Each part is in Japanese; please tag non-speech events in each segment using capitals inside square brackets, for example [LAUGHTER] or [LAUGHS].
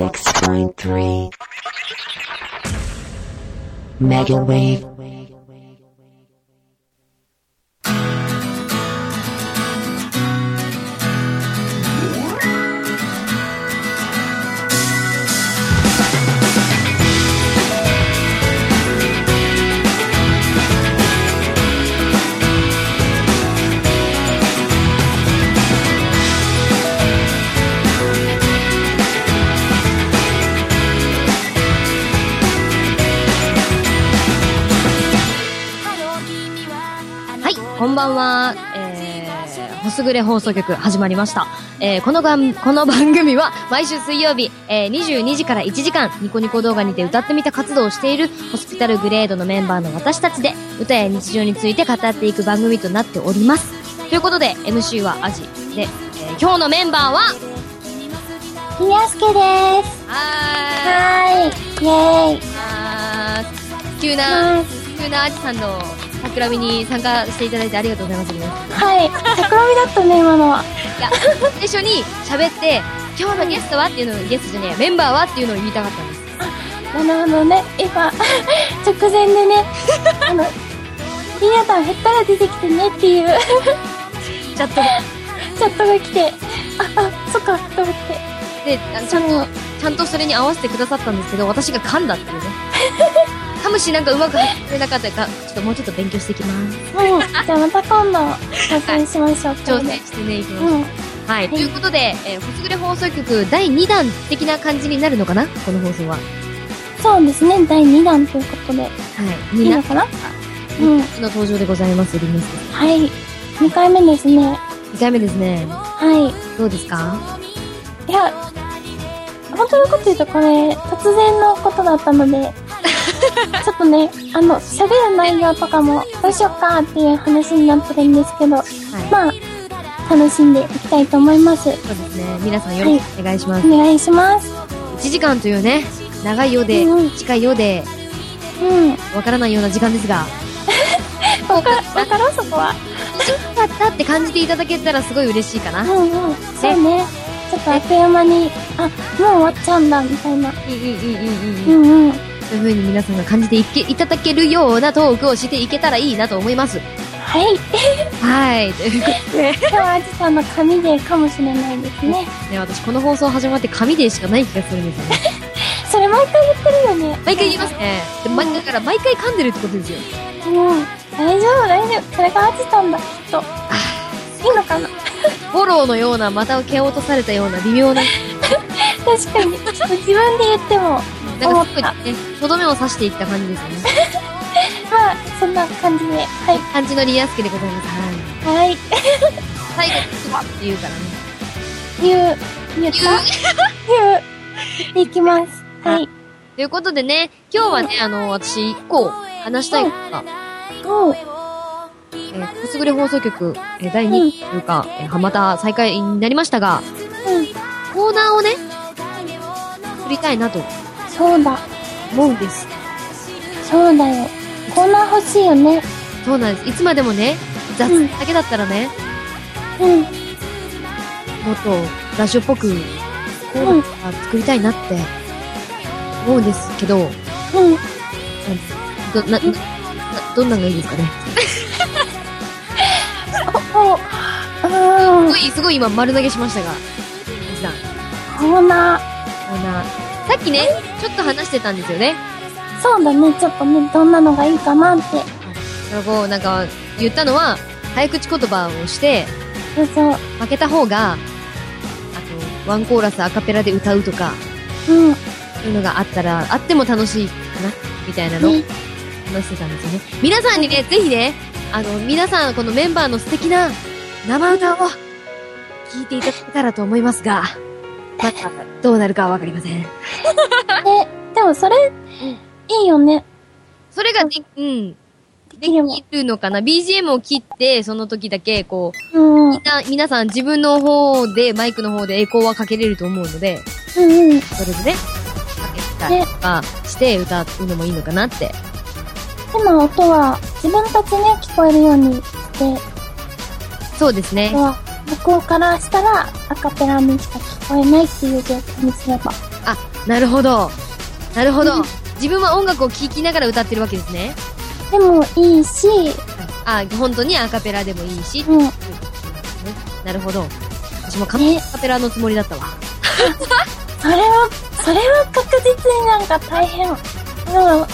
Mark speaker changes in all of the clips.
Speaker 1: 76.3 Mega Wave
Speaker 2: はい、こんばんは。えー、ほすぐれ放送局始まりました。えー、このがん、この番組は毎週水曜日、えー、22時から1時間、ニコニコ動画にて歌ってみた活動をしているホスピタルグレードのメンバーの私たちで、歌や日常について語っていく番組となっております。ということで、MC はアジで、えー今日のメンバーは、
Speaker 3: ひやすけです。
Speaker 2: は
Speaker 3: はーい。イェーイ。
Speaker 2: ーい。急な、急なアジさんの企みに参加していただいてありがとうございます。
Speaker 3: はい。桜見だったね、今のは。
Speaker 2: いや、最初に喋って、今日のゲストはっていうのを、ゲストじゃねえ、メンバーはっていうのを言いたかったんです。
Speaker 3: あの、あのね、今、 [LAUGHS] 直前でね、あの、みなさん減ったら出てきてねっていう [LAUGHS]
Speaker 2: チャット
Speaker 3: チャットが来て、あ、あ、そっか、と思って。
Speaker 2: で。で、あちゃんと、ちゃんとそれに合わせてくださったんですけど、私が噛んだっていうね。噛むしなんかうまく入ってなかったから、ちょっともうちょっと勉強してきます。
Speaker 3: もう、じゃあまた今度、挑戦しましょう。
Speaker 2: 挑戦してね、いきま
Speaker 3: う
Speaker 2: す。
Speaker 3: ん。
Speaker 2: はい。ということで、えー、ほつぐれ放送局第2弾的な感じになるのかなこの放送は。は
Speaker 3: そうですね、第2弾ということで、
Speaker 2: い。
Speaker 3: い
Speaker 2: に
Speaker 3: い
Speaker 2: な
Speaker 3: のかなうん。
Speaker 2: の登場でございます、リミスです。
Speaker 3: はい。2回目ですね。
Speaker 2: 2回目ですね。
Speaker 3: はい。
Speaker 2: どうですか
Speaker 3: いや、本当のこと言うとこれ、突然のことだったの [LAUGHS] で、ちょっとね、あの、喋る内容とかも、どうしよっかっていう話になってるんですけど、
Speaker 2: はい。
Speaker 3: まあ、楽しんでいきたいと思います。
Speaker 2: そうですね。皆さんよろしくお願いします
Speaker 3: お。願いします。
Speaker 2: 1時間というね長いようで
Speaker 3: うん
Speaker 2: 近いようで
Speaker 3: うん。
Speaker 2: わからないような時間ですが
Speaker 3: わか、わかろうそこは。
Speaker 2: 短かったって感じていただけたらすごい嬉しいかな
Speaker 3: う
Speaker 2: うん
Speaker 3: んうん。そうね。ちょっとあっという間に、あ、もう終わっちゃうんだ、みたいな。
Speaker 2: うんうんうんう
Speaker 3: う
Speaker 2: ん
Speaker 3: んうん。
Speaker 2: そういう風に皆さんが感じていけいただけるようなトークをしていけたらいいなと思います
Speaker 3: はい。
Speaker 2: はい [LAUGHS] というこ
Speaker 3: 今日はあじさんの髪でかもしれないですね。
Speaker 2: とで私この放送始まって紙でしかない気がするんですよね
Speaker 3: それ毎回言ってるよね。
Speaker 2: [LAUGHS] 毎回言いますねで毎回だから毎回噛んでるってことですよ
Speaker 3: うん、大丈夫大丈夫それがアジさんだきっといいのかな
Speaker 2: フォローのようなまた蹴落とされたような微妙 [LAUGHS] な
Speaker 3: 確かにちょっと自分で言っても
Speaker 2: なんかすごいねとどめを刺していった感じですよね
Speaker 3: まあそんな感じではい
Speaker 2: 感じのリアスケでございますはい
Speaker 3: はい
Speaker 2: 最後にスパッて言うからね
Speaker 3: 言う言った言ういきますはい
Speaker 2: ということでね、今日はね、あの、私、一個、話したいことが、
Speaker 3: おう
Speaker 2: えー、コスグレ放送局、えー第2期というか、えー、また再開になりましたが、
Speaker 3: う
Speaker 2: コーナーをね、作りたいなと
Speaker 3: んそうだ
Speaker 2: 思うんです。
Speaker 3: そうだよコーナー欲しいよね
Speaker 2: そうなんです。いつまでもね、雑
Speaker 3: うん
Speaker 2: だけだったらね、
Speaker 3: うん
Speaker 2: もっと、ラッシュっぽく、コーナー作りたいなって、思うんですけど、
Speaker 3: うん
Speaker 2: ど、な、な、どんなのがいいですかね。
Speaker 3: おお
Speaker 2: す
Speaker 3: うん
Speaker 2: ごい、すごい今、丸投げしましたが、皆さん。
Speaker 3: コーナー
Speaker 2: コーナー。さっきね、ちょっと話してたんですよね。
Speaker 3: そうだねちょっとねどんなのがいいかなって
Speaker 2: そこをなんか言ったのは、早口言葉をして、
Speaker 3: そうそう
Speaker 2: 負けた方が、あと、ワンコーラスアカペラで歌うとか、
Speaker 3: うん
Speaker 2: そういうのがあったら、あっても楽しいかな、みたいなのを
Speaker 3: ね
Speaker 2: 話してたんですよね。皆さんにね、ぜひね、あの、皆さん、このメンバーの素敵な生歌を聴いていただけたらと思いますが、また、どうなるかはわかりません。
Speaker 3: えでもそれいいよね
Speaker 2: それがで、うん。で
Speaker 3: きれば
Speaker 2: きるのかな ?BGM を切って、その時だけ、こう、
Speaker 3: うんうん
Speaker 2: みんな、皆さん自分の方で、マイクの方でエコーはかけれると思うので、
Speaker 3: うん
Speaker 2: それでね、かけたりとかして歌うのもいいのかなって。
Speaker 3: 今音は自分たちね聞こえるようにして
Speaker 2: そうですね
Speaker 3: 音。は向こうからしたらアカペラにしか聞こえないっていう状況にすれば。
Speaker 2: あ、なるほど。なるほ
Speaker 3: う
Speaker 2: ど
Speaker 3: ん。
Speaker 2: 自分は音楽を聴きながら歌ってるわけですね。
Speaker 3: でもいいし、
Speaker 2: あ、本当にアカペラでもいいし。
Speaker 3: うん。
Speaker 2: なるほど。私も完璧にアカペラのつもりだったわ。
Speaker 3: それは、それは確実になんか大変。もう、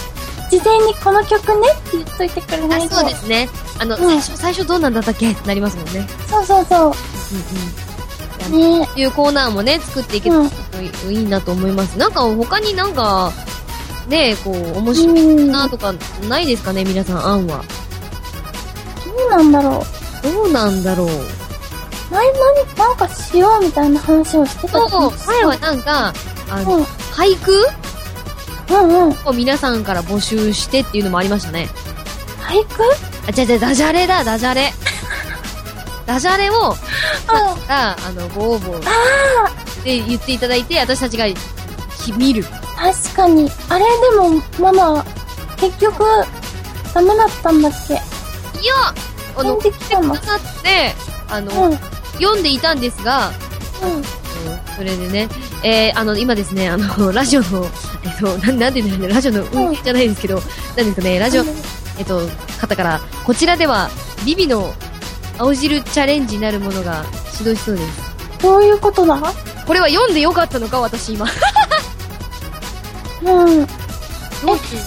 Speaker 3: 事前にこの曲ねって言っといてくれな
Speaker 2: あ、
Speaker 3: いと。
Speaker 2: そうですね。あの、
Speaker 3: ん
Speaker 2: 最初、最初どんなんだったっけってなりますもんね。
Speaker 3: そうそうそう
Speaker 2: うんうん。
Speaker 3: ね
Speaker 2: いうコーナーもね、作っていけたらいいなと思います。なんか他になんか、ねこう、面白い
Speaker 3: うん。
Speaker 2: なとか、ないですかね、皆さん、案は。
Speaker 3: どうなんだろ
Speaker 2: どうなんだろう。
Speaker 3: う。前何、なんかしようみたいな話をしてた
Speaker 2: そう
Speaker 3: 気がする
Speaker 2: 前はなんか、あの、
Speaker 3: うん
Speaker 2: 俳句
Speaker 3: うんうん。
Speaker 2: を皆さんから募集してっていうのもありましたね。
Speaker 3: 俳句
Speaker 2: あ、違う違う、ダジャレだ、ダジャ [LAUGHS] レ。ダジャレを、
Speaker 3: う
Speaker 2: が、あの、ご応募って言っていただいて、私たちが、き見る。
Speaker 3: ん。確かに。あれでも、ママ、結局、ダメだったんだっけ
Speaker 2: いやあの、
Speaker 3: 返
Speaker 2: く
Speaker 3: 事来たの
Speaker 2: ださって、あの、
Speaker 3: うん。うん。
Speaker 2: 読んでいたんですが、それでね、えー、あの、今ですね、あの、 [LAUGHS] ラジオの、えっと、なんなんて言うんだろうね、ラジオの運営じゃないですけど、なんですかね、ラジオ、えっと、方から、こちらでは、ビビの青汁チャレンジなるものが指導しそうです。
Speaker 3: どういうことだ
Speaker 2: これは読んでよかったのか、私今。
Speaker 3: うん。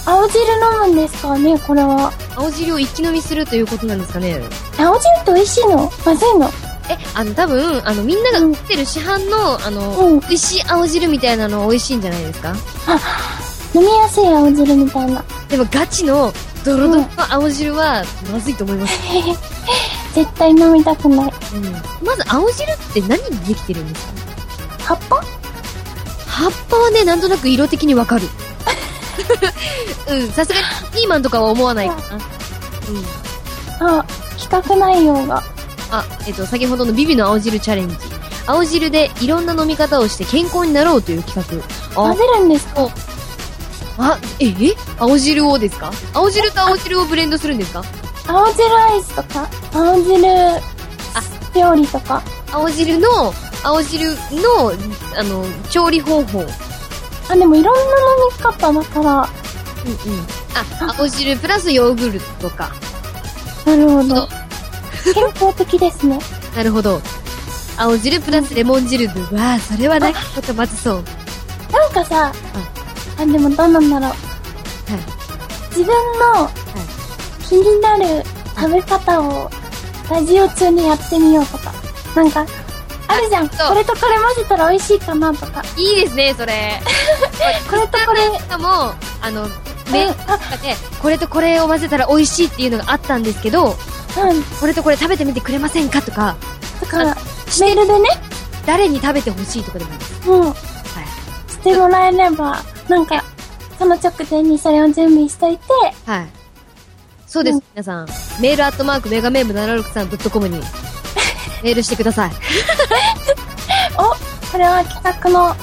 Speaker 3: 青汁飲むんですかね、これは。
Speaker 2: [LAUGHS] 青汁を一気飲みするということなんですかね。
Speaker 3: 青汁って美味しいのまずいの
Speaker 2: え、あの、多分、あの、みんなが食ってる市販の、あの、
Speaker 3: うん
Speaker 2: 美味しい青汁みたいなの美味しいんじゃないですか
Speaker 3: 飲みやすい青汁みたいな。
Speaker 2: でもガチの、ドロドロの青汁は、まずいと思います。
Speaker 3: 絶対飲みたくない。
Speaker 2: うん。まず、青汁って何でできてるんですか
Speaker 3: 葉っぱ
Speaker 2: 葉っぱはね、なんとなく色的にわ [LAUGHS] かる。うん、さすがにピーマンとかは思わないかな。うん。
Speaker 3: あ、企画内容が。
Speaker 2: あ、えっと、先ほどのビビの青汁チャレンジ。青汁でいろんな飲み方をして健康になろうという企画。あ
Speaker 3: 混、ぜるんですか
Speaker 2: あ、え、え青汁をですか青汁と青汁をブレンドするんですか
Speaker 3: 青汁アイスとか、青汁料理とか。
Speaker 2: 青汁の、青汁の、あの、調理方法。うんうん。
Speaker 3: あ、でもいろんな飲み方だから。
Speaker 2: あ、青汁プラスヨーグルトか。
Speaker 3: なるほ
Speaker 2: そう
Speaker 3: ど。健康的ですね。
Speaker 2: なるほど。青汁プラスレモン汁で、わあ、それはなんかちょっとまずそう。
Speaker 3: なんかさ、あ、でもどうなんだろう。自分の気になる食べ方をラジオ中にやってみようとか。なんか、あるじゃん。
Speaker 2: そう
Speaker 3: これとこれ混ぜたら美味しいかなとか。
Speaker 2: いいですね、それ。
Speaker 3: これとこれ、
Speaker 2: しかも、あの、メ
Speaker 3: う
Speaker 2: ー
Speaker 3: ん
Speaker 2: ルとかで、これとこれを混ぜたら美味しいっていうのがあったんですけど、
Speaker 3: うん。
Speaker 2: これとこれ食べてみてくれませんかとか、
Speaker 3: だから、メールでね、
Speaker 2: 誰に食べてほしいとかでもいいです。
Speaker 3: もう、
Speaker 2: はい。
Speaker 3: してもらえれば、なんか、その直前にそれを準備しといて、
Speaker 2: はい。そうです、
Speaker 3: うん
Speaker 2: 皆さん。メールアットマークメガメーブ 763.com
Speaker 3: [LAUGHS]
Speaker 2: にメールしてください。
Speaker 3: お、これは企画の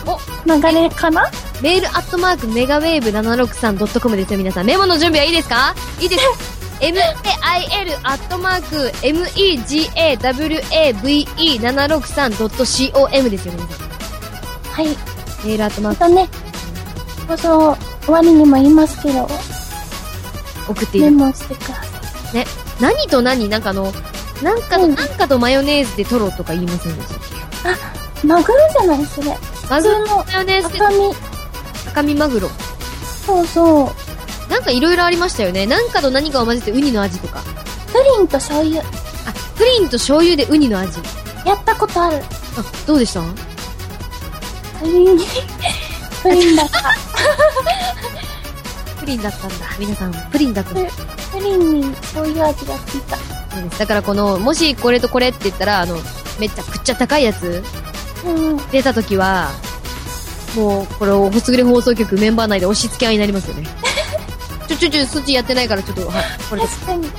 Speaker 3: 流れかな
Speaker 2: メールアットマークメガウェーブ 763.com ですよ、皆さん。メモの準備はいいですかいいです。mail アットマーク megawave763.com ですよ、皆さん。
Speaker 3: はい。
Speaker 2: メールアットマー
Speaker 3: ま
Speaker 2: ク
Speaker 3: たね、放送終わりにも言いますけど、
Speaker 2: 送ってい
Speaker 3: メ
Speaker 2: る。
Speaker 3: モしてください。
Speaker 2: 何と何なんかあの、なんか
Speaker 3: う
Speaker 2: と、
Speaker 3: ん
Speaker 2: なんかとマヨネーズで取ろうとか言いませんでしたっ
Speaker 3: マグロじゃないそれ。
Speaker 2: けマ
Speaker 3: 普
Speaker 2: グ
Speaker 3: 通
Speaker 2: ロ、
Speaker 3: の
Speaker 2: マヨネーズで
Speaker 3: 赤身。
Speaker 2: 赤身マグロ。
Speaker 3: そうそう。
Speaker 2: なんかいろいろありましたよね。なんかと何かを混ぜてウニの味とか。
Speaker 3: プリンと醤油。
Speaker 2: あ、プリンと醤油でウニの味。
Speaker 3: やったことある。
Speaker 2: あ、どうでした
Speaker 3: プ
Speaker 2: [LAUGHS]
Speaker 3: リン、プリンだった。
Speaker 2: プリンだったんだ。皆さん、プリンだったんだ。
Speaker 3: プリンに醤油味がついた。
Speaker 2: そうですだからこの、もしこれとこれって言ったら、あの、めっちゃくっちゃ高いやつ
Speaker 3: うんうん。
Speaker 2: 出た時は、もう、これを、ほつぐれ放送局メンバー内で押し付け合いになりますよ
Speaker 3: [LAUGHS]
Speaker 2: ね。ちょちょちょ、そっちやってないから、ちょっと、はい、これで
Speaker 3: 確かに。
Speaker 2: 買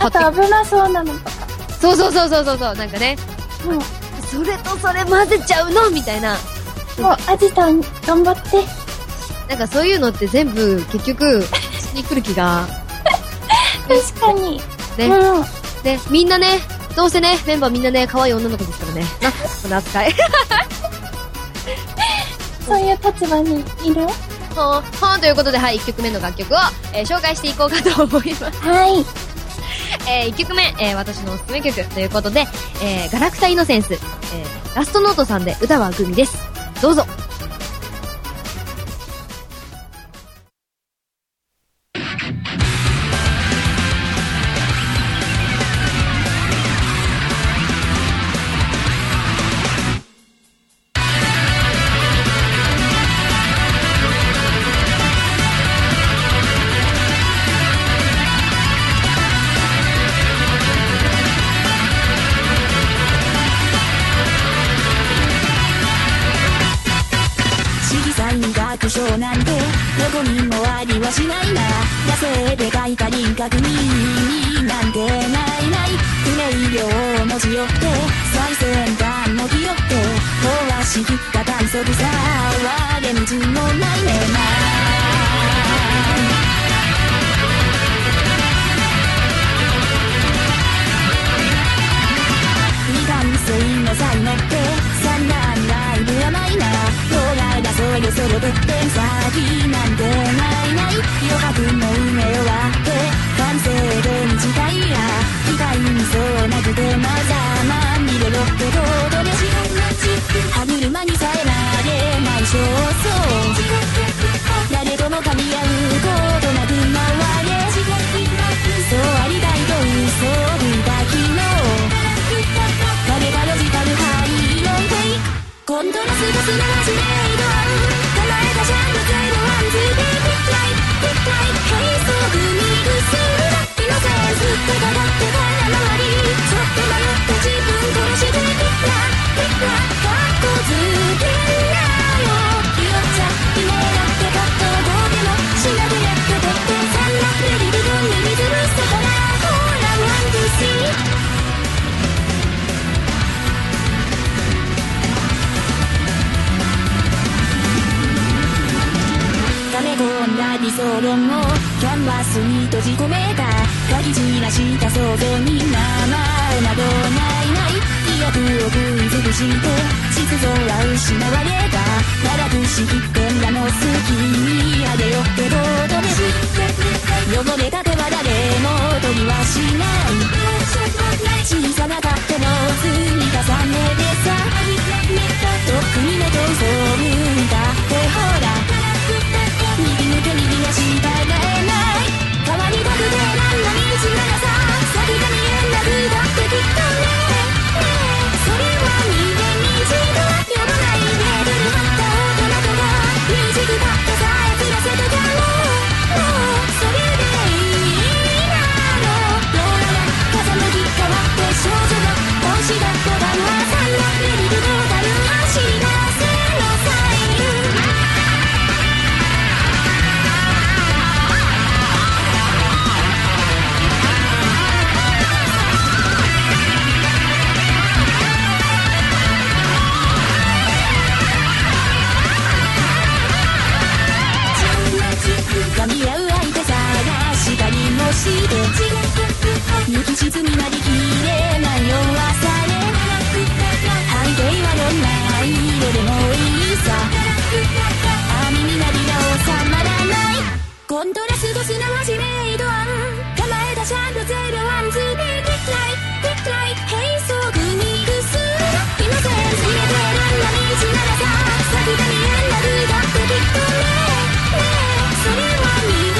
Speaker 3: あ
Speaker 2: って
Speaker 3: と危なそうなのとか。
Speaker 2: きて。そうそうそうそうそうそう、なんかね、
Speaker 3: うん。も
Speaker 2: それとそれ混ぜちゃうのみたいな。
Speaker 3: う、アジさん、頑張って。
Speaker 2: なんかそういうのって全部、結局、私に来る気が、
Speaker 3: 確かに。
Speaker 2: ね。
Speaker 3: うん。
Speaker 2: ね、みんなね、どうせね、メンバーみんなね、可愛い女の子ですからね。な、この扱い。
Speaker 3: そういう立場にいる
Speaker 2: ほん、ほんということで、はい、1曲目の楽曲を、えー紹介していこうかと思います。 [LAUGHS]
Speaker 3: はい。
Speaker 2: え1曲目、えー私のおすすめ曲ということで、えーガラクタイノセンス、えーラストノートさんで歌はグミです。どうぞ。
Speaker 4: 市議さん学賞なんてどこにもありはしないな惰性で書いた輪郭に意味なんてないない不明瞭の字よって最先端の木よって壊しきった短足さ我れ道もないねない二番線の才能って三段ライブはないな動画だそよそれでって先なんてないない余白の埋め終わって完成で短いや機械にそうなくてまだま見ろろってことで歯車にさえなれない焦燥誰とも噛み合うことなく回れそうありたいと嘘を見た昨日誰がロジカルハイロンテイクコントラストすなわちメイドアウト叶えたジャンルゼロワンズビービッグライビッグライヘイソーグミグスルラッキーのセンス手がかってから回りちょっと迷って自分殺してビッグラビッグラかっこつけんなよ言っちゃ決めだってかっこどうでもしなくやってとってさんなレディブドンに水ぶさからほらワンツースリー溜め込んだ理想論をキャンバスに閉じ込めた書き散らした想像に名前などないない意欲を食い尽くして秩序は失われた長くしきってんだの好きにあげよってことです汚れた手は誰も取りはしない小さな勝手の積み重ねでさとっくに目と嘘を向いたってほら右抜け右が従えない変わりたくて何の道ならさ先が見えなくだってきっとねねえそれは逃げ道が読まないレベルだった大人とか未熟だってさえずらせてたもうもうそれでいいなのローラが風向き変わって少女が本しだった旦那さんのメリルドーダルは知らせのサイン噛み合う相手探したりもして抜き沈みなりきれない弱さで相手はどんな色でもいいさ網になりが収まらないコントラストすなわちメイドアン構えたシャンプゼロワンズビービッライビッライヘイソーグミクスイノセンス入れてるんだ道ならさ先が見えなくだってきっとねねえそれは逃げ道が読まないレベルだった大人とか未熟だってさえずらせてたもうもうそれでいいなのローラが風向き変わって少女が本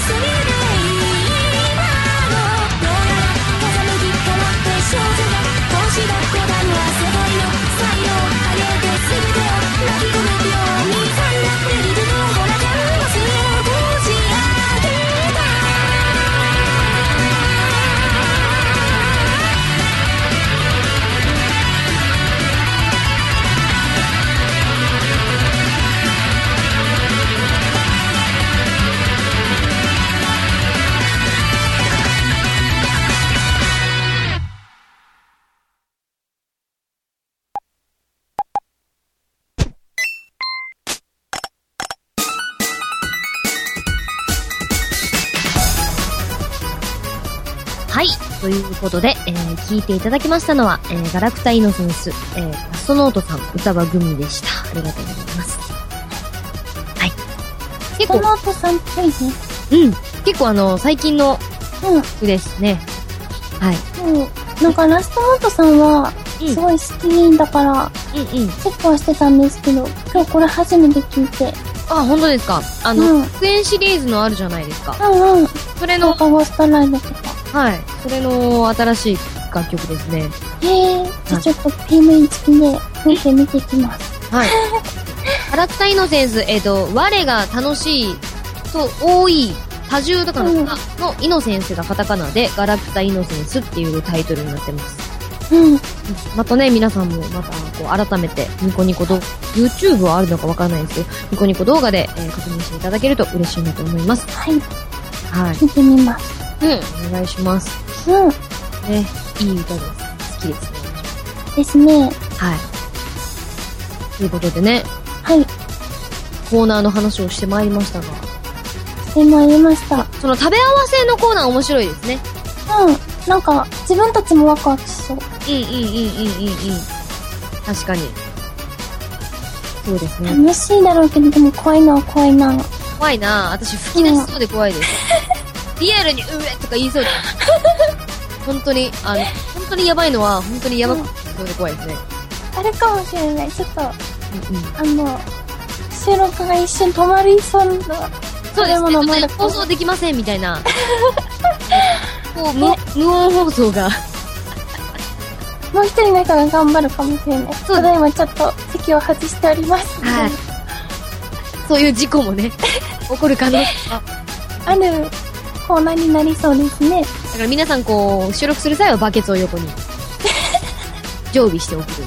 Speaker 4: 気だってたのはすごいの才
Speaker 2: はい。ということで、えー聞いていただきましたのは、えーガラクタイノセンス、えーラストノートさん、歌はグミでした。ありがとうございます。はい。結
Speaker 3: そ
Speaker 2: 構、
Speaker 3: の後さんっぽいね。
Speaker 2: うん。結構あの、最近の
Speaker 3: うん。
Speaker 2: 曲ですね。はい。
Speaker 3: そう。なんかラストモートさんは、
Speaker 2: うん
Speaker 3: すごい好きだから、
Speaker 2: うんうん。
Speaker 3: チェックはしてたんですけど、今日これ初めて聞いて、
Speaker 2: あ、本当ですか。あの、
Speaker 3: うん
Speaker 2: 出演シリーズのあるじゃないですか。
Speaker 3: うんうん、
Speaker 2: それ
Speaker 3: な
Speaker 2: の
Speaker 3: ん、かゴーストライドとか。
Speaker 2: はい。それの新しい楽曲ですね。
Speaker 3: へえ、じゃあちょっと PV 付きで見て見てきます。
Speaker 2: はい。ガラクタイノセンス、えっ、と、我が楽しいと多い多重とかの,、
Speaker 3: うん
Speaker 2: のイノセンスがカタカナで、ガラクタイノセンスっていうタイトルになってます。
Speaker 3: うん。
Speaker 2: またね、皆さんもまた、こう、改めて、ニコニコ動、YouTube はあるのかわからないですけど、ニコニコ動画で、えー確認していただけると嬉しいなと思います。
Speaker 3: はい、
Speaker 2: はい。
Speaker 3: 見てみます。
Speaker 2: うん。お願いします。
Speaker 3: うん。
Speaker 2: ね、いい歌です。好きですね。
Speaker 3: ですね。
Speaker 2: はい。ということでね、
Speaker 3: はい、
Speaker 2: コーナーの話をしてまいりましたが、
Speaker 3: してまいりました。
Speaker 2: その食べ合わせのコーナー面白いですね。
Speaker 3: うん。なんか、自分たちもワクワクしそう。
Speaker 2: うんうんうんうんうんうん。確かに。そうですね。
Speaker 3: 楽しいだろうけど、でも怖いな、怖いな。
Speaker 2: 怖いなぁ私吹き出しそうで怖い
Speaker 3: [LAUGHS]
Speaker 2: です。リアルに、うえとか言いそうです。本当に、あの、本当にやばいのは、本当にやばくてそうで怖いですね。
Speaker 3: あれかもしれない。ちょっと、あ
Speaker 2: うんうん。
Speaker 3: の、収録が一瞬止まりそう
Speaker 2: そ
Speaker 3: な。
Speaker 2: うです
Speaker 3: 食べ
Speaker 2: ね。
Speaker 3: 物ま
Speaker 2: ま
Speaker 3: だ
Speaker 2: だ放送できませんみたい
Speaker 3: [LAUGHS]
Speaker 2: な。こう無無音放送が。
Speaker 3: もう一人の人が頑張るかもしれない。
Speaker 2: そう
Speaker 3: ただいまちょっと席を外しております。
Speaker 2: はい。そういう事故もね、起こる可能性が。
Speaker 3: あるコーナーになりそうです
Speaker 2: だ
Speaker 3: ね。
Speaker 2: から皆さんこう、収録する際はバケツを [LAUGHS] 横に。常備しておくという。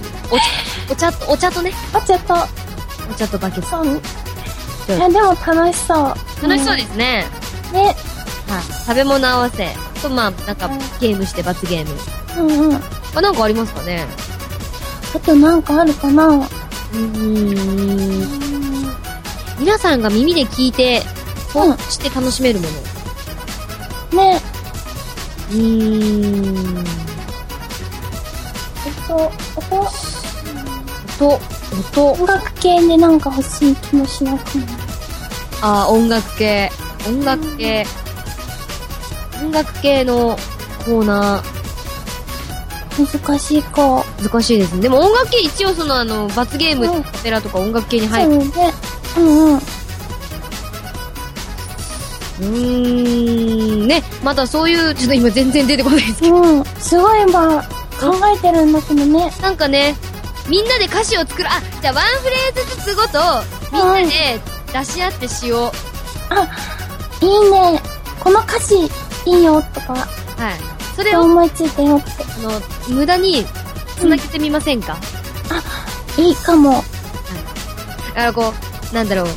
Speaker 2: お茶、お茶と、お茶とね、
Speaker 3: あ、ちょっと、
Speaker 2: お茶とバケツ。
Speaker 3: そう。いや、でも楽しそう。
Speaker 2: 楽しそうですね。
Speaker 3: す。ね。
Speaker 2: はい。食べ物合わせ。と、まあ、なんか
Speaker 3: うん、
Speaker 2: ゲームして罰ゲーム。
Speaker 3: うんうん。あ
Speaker 2: あ、なんかありますかね
Speaker 3: となんかあるかなうん。
Speaker 2: うーん。皆さんが耳で聞いて、
Speaker 3: う
Speaker 2: そ
Speaker 3: ん
Speaker 2: うして楽しめるもの。
Speaker 3: ね。
Speaker 2: うーん。
Speaker 3: えっと、音、
Speaker 2: 音、音。
Speaker 3: 音楽系でなんか欲しい気もしなくもない。
Speaker 2: あー音楽系。音楽系。音楽系のコーナー、
Speaker 3: 難しいか。
Speaker 2: 難しいですね。でも音楽系一応そのあの、罰ゲーム
Speaker 3: うん、
Speaker 2: オペラとか音楽系に
Speaker 3: そ
Speaker 2: 入
Speaker 3: う
Speaker 2: る。
Speaker 3: ね。うんうん。
Speaker 2: うーん、ね。まだそういう、ちょっと今全然出てこないですけ
Speaker 3: うん。すごい、まあ、考えてるんだけどね。
Speaker 2: ど。なんかね、みんなで歌詞を作る。あ、じゃあワンフレーズずつごと、みんなで出し合ってしよう。
Speaker 3: いいね。この歌詞、いいよ、とか、
Speaker 2: はい。それ
Speaker 3: どう
Speaker 2: を、
Speaker 3: 思いついたよって。
Speaker 2: あの、無駄に繋げてみませんか、
Speaker 3: いいかも。
Speaker 2: だからこう、なんだろう。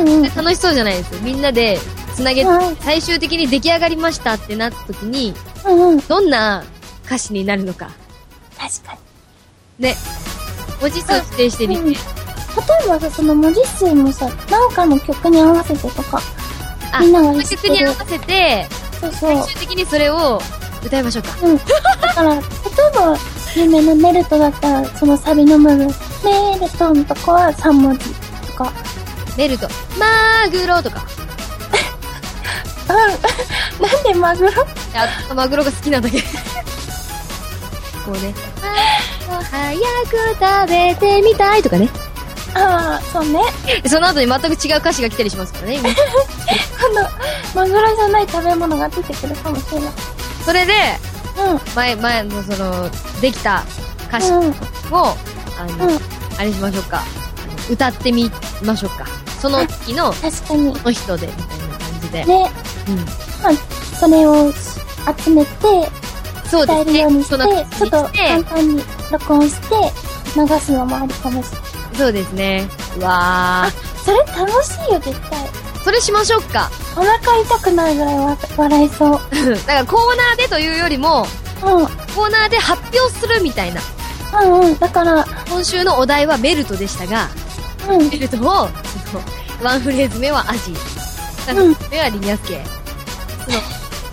Speaker 3: うんうん。
Speaker 2: 楽しそうじゃないですか。みんなで繋げて、
Speaker 3: うん
Speaker 2: 最終的に出来上がりましたってなった時に、
Speaker 3: うんうん。
Speaker 2: どんな歌詞になるのか。
Speaker 3: 確かに。
Speaker 2: ね。文字数を指定してみて。
Speaker 3: うん例えばさ、その文字数もさ、なんかの曲に合わせてとか、
Speaker 2: あ、
Speaker 3: みんな
Speaker 2: そ
Speaker 3: が
Speaker 2: の
Speaker 3: 知って
Speaker 2: 曲に合
Speaker 3: る
Speaker 2: わ。せて、
Speaker 3: そうそう。
Speaker 2: 最終的にそれを歌いましょうか。
Speaker 3: うん。だから、例えば、有名なメルトだったら、そのサビの部分、メルトンとかは3文字とか。
Speaker 2: メルト、マグロとか。
Speaker 3: うん。なんでマグロ
Speaker 2: あ、マグロが好きなんだけ
Speaker 3: [LAUGHS]
Speaker 2: ど。こうね。早く食べてみたいとかね。
Speaker 3: [LAUGHS] ああ、そうね。
Speaker 2: その後に全く違う歌詞が来たりしますからね。
Speaker 3: [LAUGHS] 今度、マグロじゃない食べ物が出てくるかもしれない。
Speaker 2: それで、
Speaker 3: うん。
Speaker 2: 前、前のその、できた歌詞
Speaker 3: うん。
Speaker 2: を、あの、
Speaker 3: うん。
Speaker 2: あれしましょうか。あの歌ってみましょうか。その時の、
Speaker 3: 確かに。
Speaker 2: その人で、みたいな感じで。
Speaker 3: で、
Speaker 2: うん。
Speaker 3: それを集めて、
Speaker 2: そう
Speaker 3: 伝え
Speaker 2: です
Speaker 3: るよう
Speaker 2: ね。
Speaker 3: にし
Speaker 2: そ
Speaker 3: て、
Speaker 2: んな感じ
Speaker 3: ちょ
Speaker 2: に
Speaker 3: っと簡
Speaker 2: し
Speaker 3: 単に録音して、流すのもありかもしれない。
Speaker 2: て、そうですね。うわー。
Speaker 3: それ楽しいよ、絶対。
Speaker 2: それしましょうか。 [LAUGHS]
Speaker 3: お腹痛くないぐらいわ笑えそう。
Speaker 2: だからコーナーでというよりも、
Speaker 3: うん。
Speaker 2: コーナーで発表するみたいな。
Speaker 3: うんうん。だから、
Speaker 2: 今週のお題はメルトでしたが、
Speaker 3: うん。
Speaker 2: メルトを、その、ワンフレーズ目はアジ、
Speaker 3: うん
Speaker 2: 目はリニアスケ、その、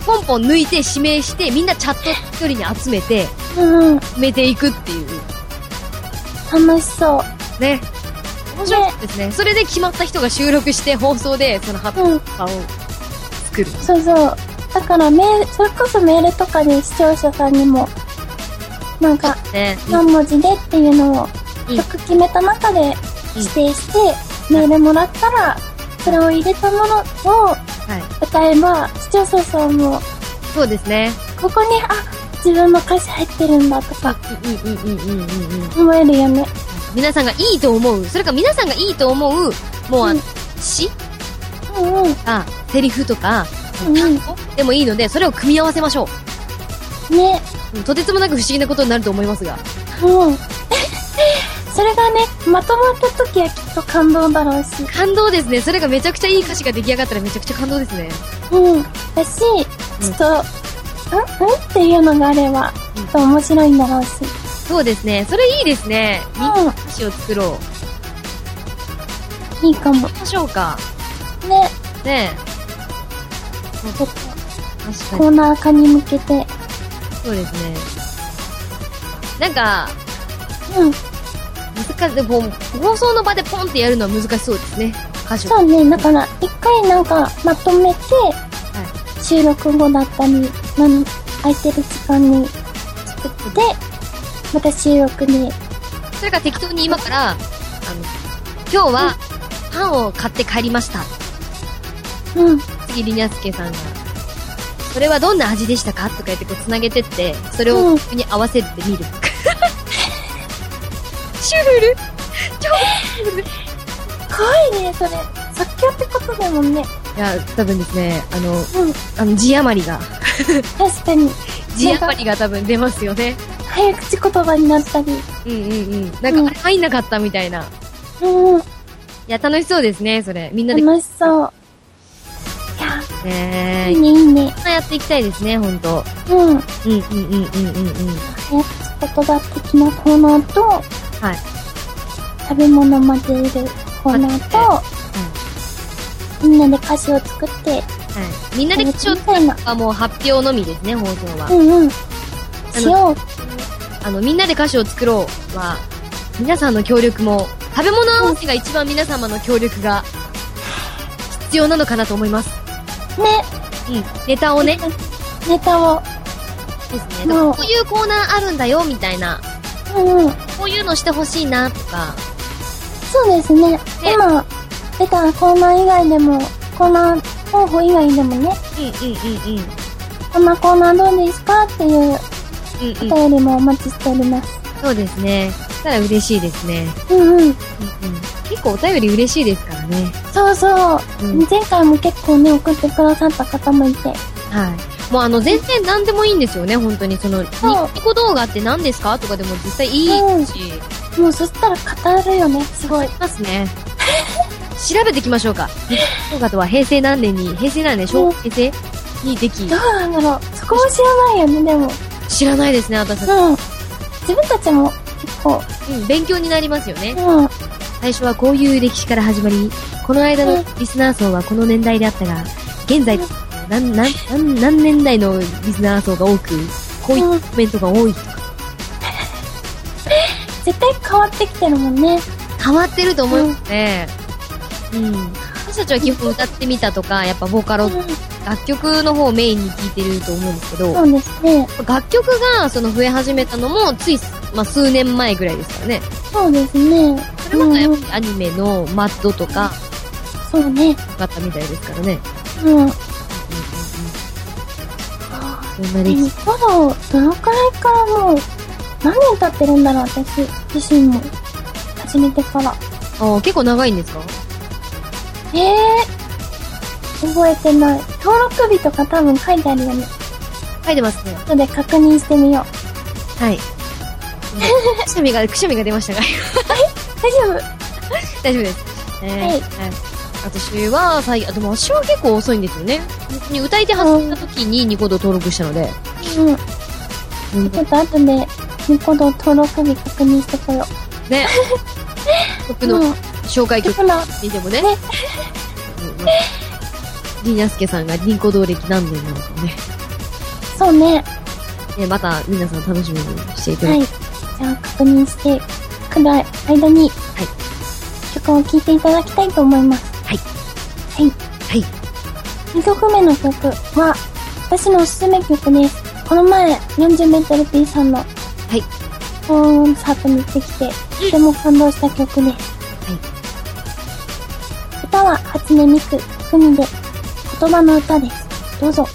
Speaker 2: ポンポン抜いて指名して、みんなチャット一人に集めて、
Speaker 3: うんうん。
Speaker 2: 埋めていくっていう。
Speaker 3: 楽しそう。
Speaker 2: ね。面白かったですね。それで決まった人が収録して放送で、その発
Speaker 3: うん。
Speaker 2: 表を作る。
Speaker 3: そうそう。だからメール、それこそメールとかで視聴者さんにも、なんか、
Speaker 2: ね。
Speaker 3: 何文字でっていうのを
Speaker 2: うん
Speaker 3: 曲決めた中で
Speaker 2: うん
Speaker 3: 指定して、メールもらったら、それを入れたものを
Speaker 2: はい。
Speaker 3: 歌えば、視聴者さんも、
Speaker 2: そうですね。
Speaker 3: ここに、あ、自分の歌詞入ってるんだとか
Speaker 2: うんうんうんうんうんうん。
Speaker 3: 思えるよね。
Speaker 2: 皆さんがいいと思う、それか皆さんがいいと思う、もうあの、
Speaker 3: うん
Speaker 2: 詩
Speaker 3: うんうん。 [LAUGHS]
Speaker 2: とか、セリフとか、
Speaker 3: うん。
Speaker 2: でもいいので、それを組み合わせましょ
Speaker 3: ね。
Speaker 2: う。うんとてつもなく不思議なことになると思いますが。
Speaker 3: うん。それがね、まとまった時はきっと感動だろうし。
Speaker 2: 感動ですね。それがめちゃくちゃいい歌詞が出来上がったらめちゃくちゃ感動ですね。
Speaker 3: うん。だし、ちょっと、うん、うんっていうのがあれば、きっと面白いんだろうし。
Speaker 2: そうですね。それいいですね。みんなの歌詞を作ろう。
Speaker 3: うん。いいかも。
Speaker 2: ましょうか。
Speaker 3: ね。
Speaker 2: ね
Speaker 3: ちょっ
Speaker 2: え。確か
Speaker 3: と、
Speaker 2: に。
Speaker 3: コーナー化に向けて。
Speaker 2: そうですね。なんか、
Speaker 3: うん。
Speaker 2: 難しい。でも、放送の場でポンってやるのは難しそうですね。歌詞を。
Speaker 3: そうね、だから、一回なんか、まとめて、
Speaker 2: い
Speaker 3: 収録後だったり、なん、空いてる時間に作って、また収録に。
Speaker 2: それから適当に今から、あの、今日はパンを買って帰りました。
Speaker 3: うん。
Speaker 2: 次、りにゃすけさんが。それはどんな味でしたかとか言ってこう繋げてって、それ
Speaker 3: う
Speaker 2: を
Speaker 3: ん
Speaker 2: 曲に合わせて
Speaker 3: [LAUGHS]
Speaker 2: みる。シュール超
Speaker 3: 怖いね、それ。作曲ってことだもんね。
Speaker 2: いや、多分ですね、あの、
Speaker 3: うん。
Speaker 2: あの、字余りが、
Speaker 3: 確かに。
Speaker 2: 字余りが多分出ますよね。
Speaker 3: 早口言葉になったり。
Speaker 2: うんうんうん。なんか、
Speaker 3: うん
Speaker 2: あれ入んなかったみたいな。い
Speaker 3: うんうん。
Speaker 2: や、楽しそうですね、それ。みんなで。
Speaker 3: 楽しそう。いや、
Speaker 2: ねえ
Speaker 3: いい。ね、いいね。
Speaker 2: やっていきたいですね、ほんと。
Speaker 3: うん。
Speaker 2: うんうんうんうんうんうん。
Speaker 3: 早口言葉的なコーナーと、
Speaker 2: はい。
Speaker 3: 食べ物混ぜるコーナーと、みんなで歌詞を作って、
Speaker 2: はい。みんなで口を
Speaker 3: みたいな。
Speaker 2: はもう発表のみですね、放送
Speaker 3: う
Speaker 2: は。
Speaker 3: んうん。しよ
Speaker 2: あの、みんなで歌詞を作ろうは、皆さんの協力も、食べ物合わせが一番皆様の協力が必要なのかなと思います。
Speaker 3: う。
Speaker 2: う
Speaker 3: ね。
Speaker 2: ん。ネタをね。で
Speaker 3: ネタを。
Speaker 2: すね。だからこういうコーナーあるんだよ、みたいな。
Speaker 3: うんうん。
Speaker 2: こういうのしてほしいな、とか。
Speaker 3: そうですね。今、出たコーナー以外でも、コーナー候補以外でも
Speaker 2: う
Speaker 3: ね、
Speaker 2: んうんうんうん。
Speaker 3: こんなコーナーどうですかっていう
Speaker 2: うんう
Speaker 3: お
Speaker 2: ん。
Speaker 3: 便りもお待ちしております。
Speaker 2: そうですね。したら嬉しいですね。
Speaker 3: うんうん。
Speaker 2: うんうん。結構お便り嬉しいですからね。
Speaker 3: そうそう。
Speaker 2: うん
Speaker 3: 前回も結構ね、送ってくださった方もいて。
Speaker 2: はい。もうあの、全然何でもいいんですよね、本当に。その、ニ
Speaker 3: そう
Speaker 2: ニコ動画って何ですかとかでも実際いい
Speaker 3: [LAUGHS]
Speaker 2: し、
Speaker 3: もうそしたら語るよね、すごい。
Speaker 2: ますね。調べてきましょうか。ニコ動画とは平成何年に、平成何年、
Speaker 3: う
Speaker 2: 昭
Speaker 3: ん
Speaker 2: 平成にでき
Speaker 3: ど、うなんだろう。そこも知らないよね、でも。
Speaker 2: 知らないですね、私たち。
Speaker 3: うん。自分たちも結構、
Speaker 2: うん、勉強になりますよね。
Speaker 3: うん。
Speaker 2: 最初はこういう歴史から始まり、この間
Speaker 3: う
Speaker 2: の
Speaker 3: ん
Speaker 2: リスナー層はこの年代であったが、現在、何、何、何何年代のリスナー層が多く、こうい
Speaker 3: うん
Speaker 2: うコメントが多いとか、
Speaker 3: 絶対変わってきてるもんね。
Speaker 2: 変わってると思いますね。うん。私たちは基本歌ってみたとか、やっぱボカ
Speaker 3: う
Speaker 2: ロ
Speaker 3: ん、、
Speaker 2: 楽曲の方をメインに聴いてると思うんですけど、
Speaker 3: そうですね。
Speaker 2: 楽曲がその増え始めたのもつい、まあ、数年前ぐらいですからね。
Speaker 3: そうですね。
Speaker 2: それまたや
Speaker 3: う
Speaker 2: っ
Speaker 3: ん、
Speaker 2: ぱりアニメのマッドとか
Speaker 3: そうね。
Speaker 2: だったみたいですからね。
Speaker 3: うん。
Speaker 2: そんな
Speaker 3: で
Speaker 2: 歴
Speaker 3: も
Speaker 2: 史。
Speaker 3: まだ、どのくらいからもう、何年経ってるんだろう、私自身も。始めてから。
Speaker 2: ああ、結構長いんですか
Speaker 3: ええー、覚えてない。登録日とか多分書いてあるよね。
Speaker 2: 書いてますね。
Speaker 3: 後で確認してみよう。
Speaker 2: はい。 [LAUGHS] くしゃみが、くしゃみが出ましたが。
Speaker 3: 大丈夫
Speaker 2: 大丈夫です。えー
Speaker 3: はい
Speaker 2: 私は、最あ、でも私は結構遅いんですよね。本当に歌い手始めた時にニコ動登録したので。
Speaker 3: うん。
Speaker 2: うん
Speaker 3: ちょっと後で、ニコ動登録日確認してこよ
Speaker 2: ね。曲
Speaker 3: う。
Speaker 2: の
Speaker 3: うん。
Speaker 2: 紹介曲
Speaker 3: ほら、
Speaker 2: にでもね。うんまありにゃすけさんがリンコ動歴何年なのかをね。
Speaker 3: そうね。
Speaker 2: えまた皆さん楽しみにしていただ
Speaker 3: はいい。
Speaker 2: て、
Speaker 3: じゃあ確認してくる間に、曲を聴いていただきたいと思います。
Speaker 2: はい
Speaker 3: はい。
Speaker 2: はい。。
Speaker 3: 2曲目の曲は、私のおすすめ曲です。この前、40メートル P さんの、はいコンサートに行ってきて、とても感動した曲です。歌は、初音ミク、組で、言葉の歌です。どうぞ。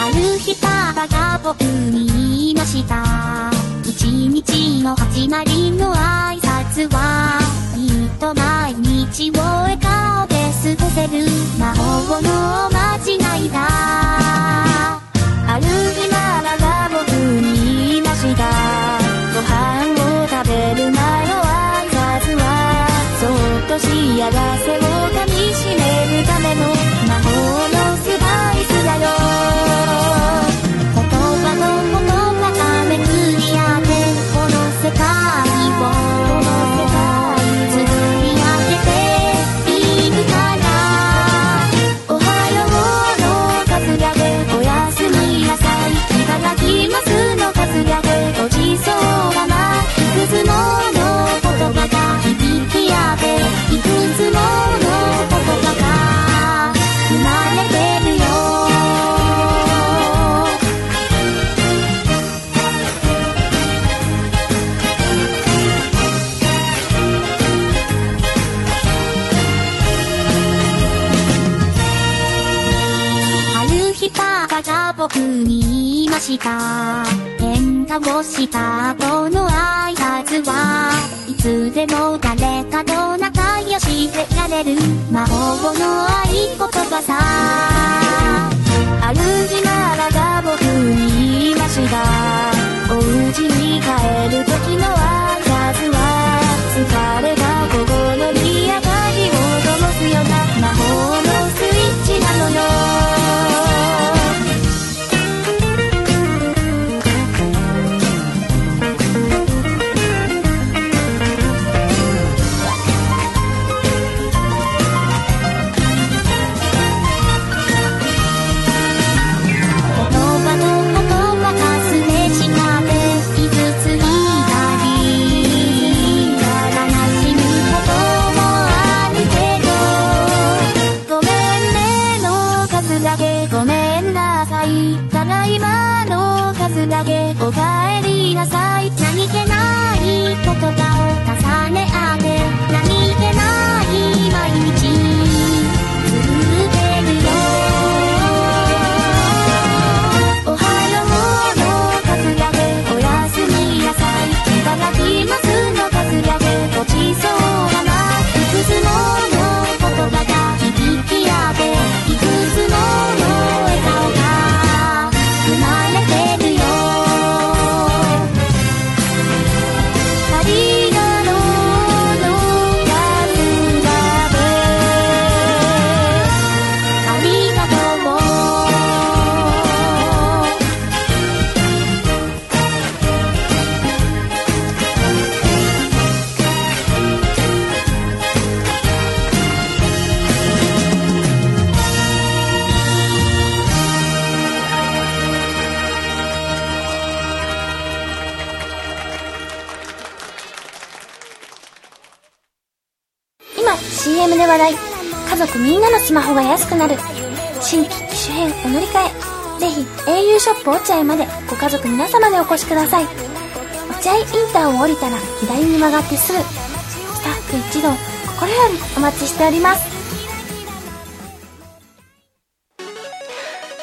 Speaker 4: ある日パパが僕に言いました一日の始まりの挨拶はきっと毎日を笑顔で過ごせる魔法の間違いだある日ママが僕に言いましたご飯を食べる前の挨拶はそっと幸せをかみしめるための魔法のスパイスだよ言葉のものがめくり合ってこの世界を変えてゆくり上げていくからおはようのかすらでおやすみなさいいただきますのかすらでごちそうだないくつもの言葉が響き合っていくつもの言葉が生まれてるよある日パパが僕に言いました喧嘩をした後の挨拶はいつでも誰かと仲良しでいられる魔法の合言葉さある日ならが僕に言いましたお家に帰る時の挨拶は疲れた心に明かりを灯すような魔法のスイッチなのよ言葉のことはかすれ違っていくつ言いたり悲しむこともあるけどごめんねの数だけごめんなさいただいまの数だけおかえりなさい何気ない言葉を重ね合って何気ない毎日続けるよおはようのかすらでおやすみなさいいただきますのかすらでごちそうだないくつもの言葉が響き合っていくつもの笑顔が生まれてるよありがとうのかすらでありがとう
Speaker 3: 今 CM で話題家族みんなのスマホが安くなる新規機種変お乗り換えぜひ au ショップ落合までご家族皆様でお越しください落合インターを降りたら左に曲がってすぐスタッフ一同心よりお待ちしております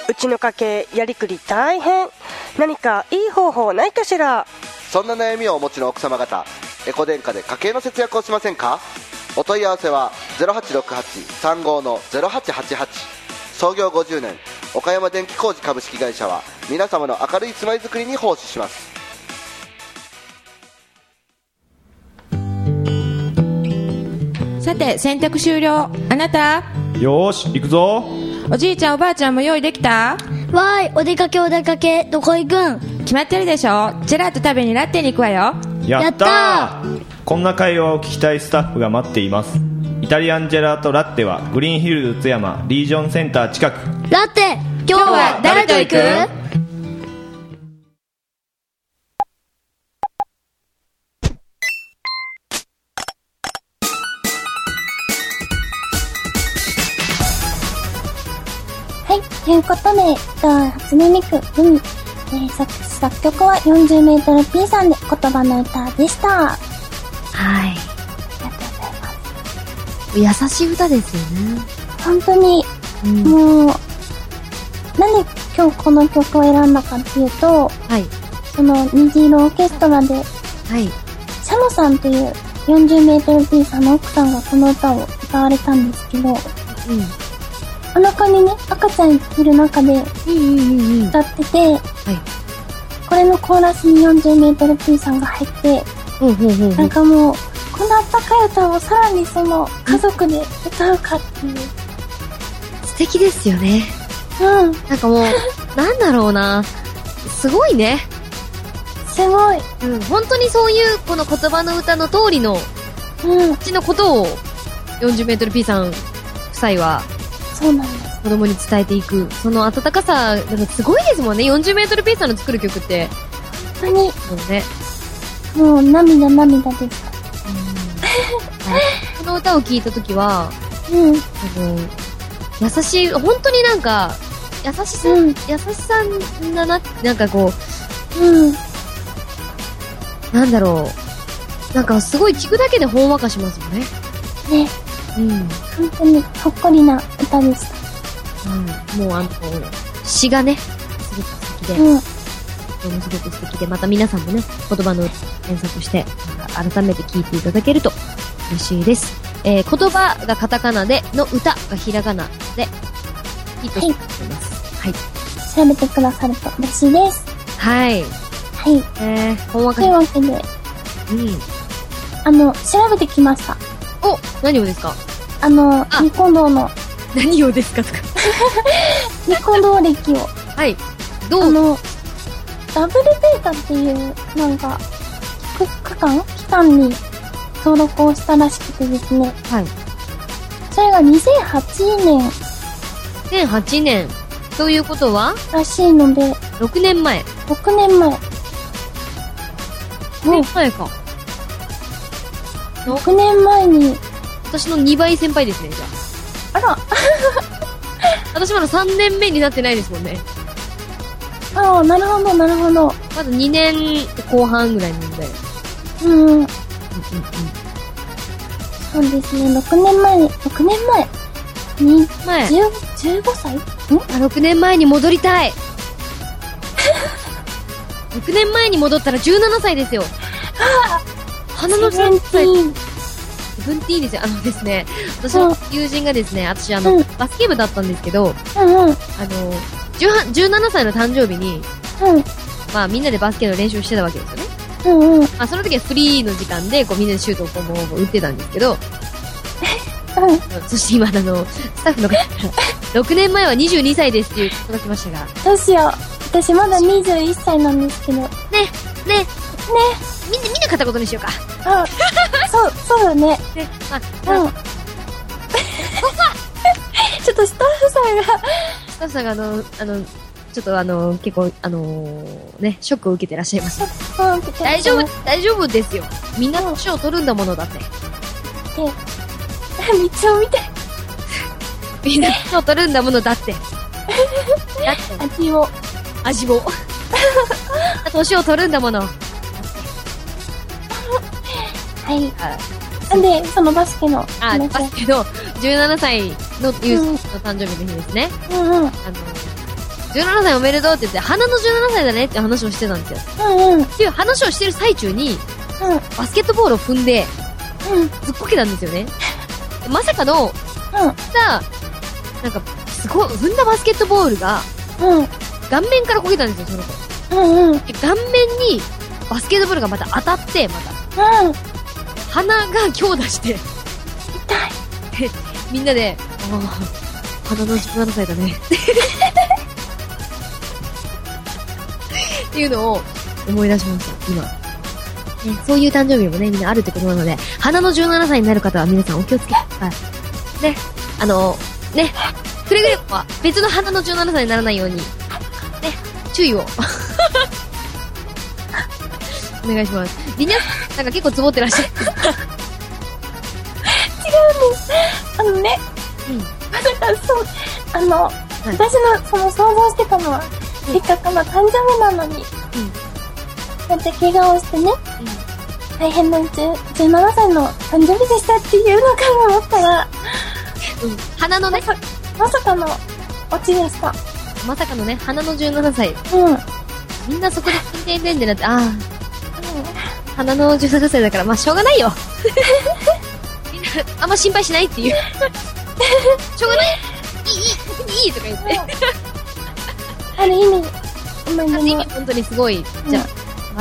Speaker 5: うちの家計やりくり大変何かいい方法ないかしら
Speaker 6: そんな悩みをお持ちの奥様方エコ電化で家計の節約をしませんかお問い合わせは0868-35-0888創業50年岡山電気工事株式会社は皆様の明るい住まいづくりに奉仕します
Speaker 7: さて洗濯終了あなた
Speaker 8: よーし行くぞ
Speaker 7: おじいちゃんおばあちゃんも用意できた
Speaker 9: わーいお出かけお出かけどこ行くん
Speaker 7: 決まってるでしょジェラート食べにラッテに行くわよ
Speaker 8: やった
Speaker 9: や
Speaker 8: ーこんな会話を聞きたいスタッフが待っていますイタリアンジェラートラッテはグリーンヒルズ津山リージョンセンター近く
Speaker 9: ラテ今日は誰と行く
Speaker 3: はい、ということで、えっと初音ミク、うん、えー作作曲は 40mP さんで言葉の歌でした。あ
Speaker 2: はい。
Speaker 3: りがとうございます。
Speaker 2: 優しい歌ですよね。
Speaker 3: 本当に、
Speaker 2: うん
Speaker 3: もう、なんで今日この曲を選んだかっていうと、
Speaker 2: はい。
Speaker 3: その虹色オーケストラで、
Speaker 2: はい。
Speaker 3: シャモさんという 40mP さんの奥さんがこの歌を歌われたんですけど、
Speaker 2: うん。
Speaker 3: お腹にね、赤ちゃんいる中で
Speaker 2: うんうんうんうん。
Speaker 3: 歌ってて、これのコーラスに 40mP さんが入って、
Speaker 2: ほうほうほう
Speaker 3: な
Speaker 2: ほ
Speaker 3: ん
Speaker 2: う。
Speaker 3: かもう、このあったかい歌をさらにその家族で歌うかっていう。
Speaker 2: 素敵ですよね。
Speaker 3: う
Speaker 2: な
Speaker 3: ん、
Speaker 2: んかもう、なんだろうな。すごいね。
Speaker 3: すごい。
Speaker 2: うん。本当にそういう、この言葉の歌の通りの、う
Speaker 3: うん、
Speaker 2: ちのことを、40メートル P さん夫妻は
Speaker 3: そうなんです。
Speaker 2: 子供に伝えていく。その温かさ、でもすごいですもんね。40メートル P さんの作る曲って。
Speaker 3: 本当に、
Speaker 2: そうね。
Speaker 3: もう涙涙でした。
Speaker 2: この歌を聴いたときは、
Speaker 3: う
Speaker 2: あ
Speaker 3: ん、
Speaker 2: の、優しい、本当になんか、優しさ、
Speaker 3: うん
Speaker 2: 優しさだな、なんかこ
Speaker 3: うん、
Speaker 2: う、なんだろう。なんかすごい聞くだけでほんわかしますよね。
Speaker 3: ね、
Speaker 2: うん。
Speaker 3: 本当にほっこりな歌でした。
Speaker 2: うん、もうあの、詩がね、すごく素敵で、
Speaker 3: うん、
Speaker 2: ものすごく素敵で、また皆さんもね、言葉の演奏として、なんか改めて聞いていただけると嬉しいです。えー言葉がカタカナで、の歌がひらがなで、ヒットしてくれます。はい。
Speaker 3: 調べてくださると嬉しいです。
Speaker 2: はい。
Speaker 3: はい、
Speaker 2: えー、ほんわか
Speaker 3: と
Speaker 2: し
Speaker 3: いう、わけで、
Speaker 2: うん。
Speaker 3: あの、調べてきました。
Speaker 2: お何をですか
Speaker 3: あの、
Speaker 2: あ
Speaker 3: ニコ動の、
Speaker 2: 何をですかとか。
Speaker 3: ニコ動歴を。
Speaker 2: はい。ど
Speaker 3: あ
Speaker 2: う
Speaker 3: の、ダブルデータっていう、なんか、期期間期間に登録をしたらしくてですね。
Speaker 2: はい。
Speaker 3: それが2008年
Speaker 2: ?2008 年。ということは、
Speaker 3: らしいので、
Speaker 2: 6年前。
Speaker 3: 6年前。
Speaker 2: 6
Speaker 3: もう
Speaker 2: 年前か。
Speaker 3: 6年前に、
Speaker 2: 私の2倍先輩ですね、じゃ
Speaker 3: あら、
Speaker 2: あ。 [LAUGHS] 私まだ3年目になってないですもんね。
Speaker 3: ああ、なるほど、なるほど。
Speaker 2: まだ2年後半ぐらいなんで。
Speaker 3: うん。そうですね、6年前に、6年前に、
Speaker 2: 前。あ、
Speaker 3: 10 15歳ん
Speaker 2: 6年前に戻り
Speaker 3: [LAUGHS]
Speaker 2: たい。6年前に戻ったら17歳ですよ。花の
Speaker 3: セブン
Speaker 2: 3
Speaker 3: テ
Speaker 2: 歳。
Speaker 3: ィーン
Speaker 2: セブンティーンですよ。あのですね、私
Speaker 3: う
Speaker 2: の
Speaker 3: ん
Speaker 2: 友人がですね、私あの、
Speaker 3: うん
Speaker 2: バスケ部だったんですけど、
Speaker 3: うんうん。
Speaker 2: あの、18 17歳の誕生日に、まあみんなでバスケの練習をしてたわけですよね。
Speaker 3: うん、うん、うん。
Speaker 2: まあその時はフリーの時間で、こうみんなでシュートをこう打ってたんですけど、そして今あの、スタッフの方から、6年前は22歳ですっていう届きましたが、ね、
Speaker 3: どうしよう。私まだ21歳なんですけど。
Speaker 2: ね、ね、みんな、みんな片言にしようか。
Speaker 3: あ、そう、そうだね。
Speaker 2: ね、まあ、
Speaker 3: うん。 [LAUGHS] ちょっとスタッフさんが、
Speaker 2: スタッフさんがあの、あの、ちょっとあの、結構、あのーね、ショックを受けてらっしゃいます。
Speaker 3: うん、って
Speaker 2: 大丈夫、大丈夫ですよ。みんな年を取るんだものだって。
Speaker 3: [LAUGHS] 道を見て、
Speaker 2: みんな年を取るんだものだって。だって。
Speaker 3: 味を。
Speaker 2: 味も。年を取るんだもの。
Speaker 3: はい。
Speaker 2: あ、
Speaker 3: なんで、そのバスケの
Speaker 2: あ
Speaker 3: 話
Speaker 2: バスケの17歳の友人の誕生日の日ですね。
Speaker 3: うんうん。
Speaker 2: あの、17歳おめでとうって言って、花の17歳だねって話をしてたんですよ。
Speaker 3: うんうん。
Speaker 2: っていう話をしてる最中に、バスケットボールを踏んで、
Speaker 3: うん。うん。
Speaker 2: ずっこけたんですよね。まさかの、さ、なんか、すごい、踏んだバスケットボールが、
Speaker 3: うん。
Speaker 2: 顔面からこけたんですよその子
Speaker 3: うんうん。うん。
Speaker 2: で顔面にバスケットボールがまた当たってまた鼻が強打して
Speaker 3: 痛い。
Speaker 2: [LAUGHS] みんなで「おお鼻の17歳だね」 [LAUGHS] っていうのを思い出しました今、ね、そういう誕生日もねみんなあるってことなので鼻の17歳になる方は皆さんお気をつけてくださいねあのねくれぐれもは別の鼻の17歳にならないようにね注意を [LAUGHS] お願いしますりにゃなんか結構つぼってらっしゃる
Speaker 3: あのね、
Speaker 2: うん
Speaker 3: だからそう、あの、
Speaker 2: い
Speaker 3: 私のその想像してたのは、せっかくの誕生日なのに、だって怪我をしてね、大変な10 17歳の誕生日でしたっていうのかと思ったら、
Speaker 2: 鼻のね
Speaker 3: まさかのオチでした。
Speaker 2: まさかのね、花の17歳。
Speaker 3: うん。
Speaker 2: みんなそこで点々点ってなって、ああ、花の17歳だから、まあしょうがないよ。 [LAUGHS] みんな、あんま心配しないっていう。しょうがないいい、いい、いいとか言って。
Speaker 3: ある意味、思い
Speaker 2: ある
Speaker 3: 出
Speaker 2: 意
Speaker 3: の
Speaker 2: 味、本当にすごい。じゃあ、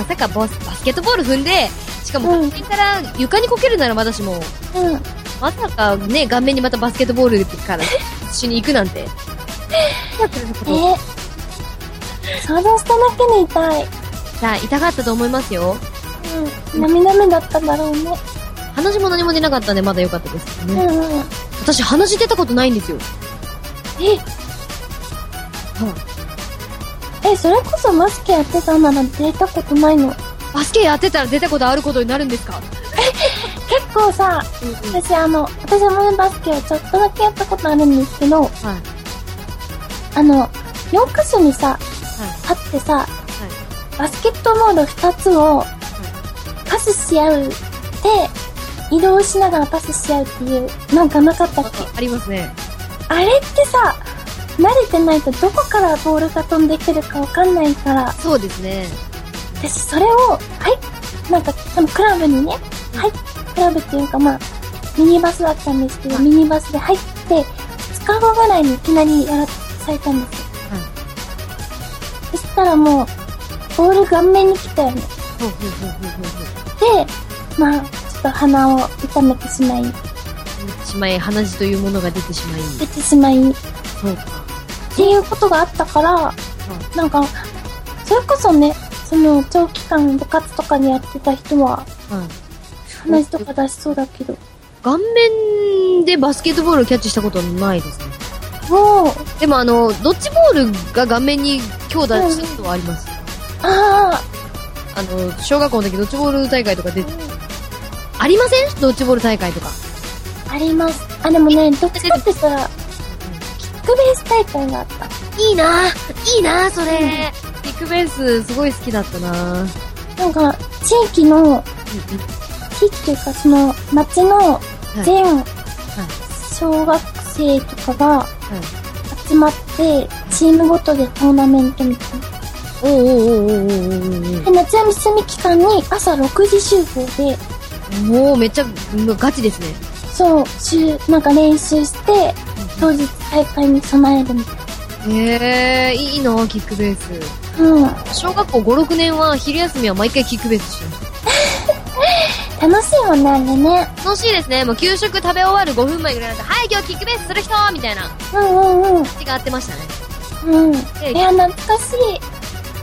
Speaker 2: まさかボスバスケットボール踏んで、しかも
Speaker 3: うん
Speaker 2: 画面から床にこけるならまだしも、
Speaker 3: うん。
Speaker 2: まさかね、顔面にまたバスケットボールから一緒に行く
Speaker 3: [LAUGHS]
Speaker 2: なんて。
Speaker 3: え想像しただけで痛い。
Speaker 2: さあ、痛かったと思いますよ。
Speaker 3: うん。涙目だっただろうね。
Speaker 2: 話も何も出なかったんで、まだ良かったですけど
Speaker 3: う
Speaker 2: ね。
Speaker 3: んうん。
Speaker 2: 私、話出たことないんですよ。
Speaker 3: ええ、それこそマスクやってたなら出たことないの。
Speaker 2: バスケやってたら出たことあることになるんですか
Speaker 3: 結構さ、私あの、私もねバスケをちょっとだけやったことあるんですけど、
Speaker 2: はい。
Speaker 3: あの、4箇所にさ、立ってさ、バスケットボール2つをパスし合うで、移動しながらパスし合うっていう、なんかなかったっけ
Speaker 2: ありますね。
Speaker 3: あれってさ、慣れてないとどこからボールが飛んでくるかわかんないから、
Speaker 2: そうですね。
Speaker 3: 私それを、はい、なんか、そのクラブにね、はい、クラブっていうかまあ、ミニバスだったんですけど、ミニバスで入って、2日後ぐらいにいきなりやらされたんですよ。そしたらもう、ボール顔面に来たよね。で、まあ、ちょっと鼻を痛めてしまい、
Speaker 2: しまい、鼻血というものが出てしまい。
Speaker 3: 出てしまい、
Speaker 2: そうか。
Speaker 3: っていうことがあったから、なんか、それこそね、その長期間部活とかにやってた人は、話とか出しそうだけど、
Speaker 2: 顔面でバスケットボールをキャッチしたことはないですね。
Speaker 3: もう、
Speaker 2: でもあの、ドッジボールが顔面に強打したことはあります。
Speaker 3: あ
Speaker 2: あの、小学校の時ドッジボール大会とか出て、ありませんドッジボール大会とか。
Speaker 3: あ、あります。あ、でもね、どっちかって言ったら、キックベース大会があった。
Speaker 9: いいな、いいな、それ。
Speaker 2: ビッグベースすごい好きだったなぁ。
Speaker 3: なんか、地域の、地域というか、その、町の
Speaker 2: い
Speaker 3: 全小学生とかが集まって、チームごとでトーナメントみたいな。
Speaker 2: おうおうおうおうおうおう
Speaker 3: で夏休み期間に朝6時集合で、
Speaker 2: おう。もうめっちゃ、うんガチですね。
Speaker 3: そう、週、なんか練習して、当日大会に備えるみたい
Speaker 2: へえいいなキックベース。
Speaker 3: な。
Speaker 2: 小学校5、6年は昼休みは毎回キックベースしてまし
Speaker 3: うん。楽しいよね、あれね。
Speaker 2: た。楽しいですね。もう給食食べ終わる5分前ぐらいなんで、はい、今日キックベースする人みたいな、
Speaker 3: うんうんうん。
Speaker 2: 口が合ってましたね。
Speaker 3: うん。いや、懐かしい。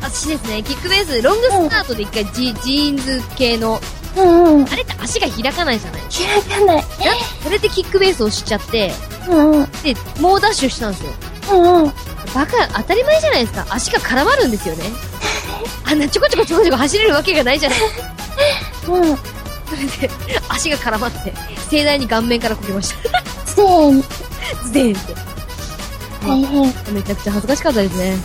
Speaker 2: 私ですね、キックベース、ロングスタートで一回ジ,、ジーンズ系の、
Speaker 3: うんうん。
Speaker 2: あれって足が開かないじゃない
Speaker 3: 開かない。
Speaker 2: それでキックベースをしちゃって、
Speaker 3: うんうん。
Speaker 2: で、猛ダッシュしたんですよ。
Speaker 3: うんうん。
Speaker 2: バカ、当たり前じゃないですか。足が絡まるんですよね。あんなちょこちょこちょこちょこ走れるわけがないじゃない
Speaker 3: うん。
Speaker 2: それで、足が絡まって、盛大に顔面からこけました。
Speaker 3: せーの、
Speaker 2: ズデンって。
Speaker 3: 大変。
Speaker 2: めちゃくちゃ恥ずかしかったですね。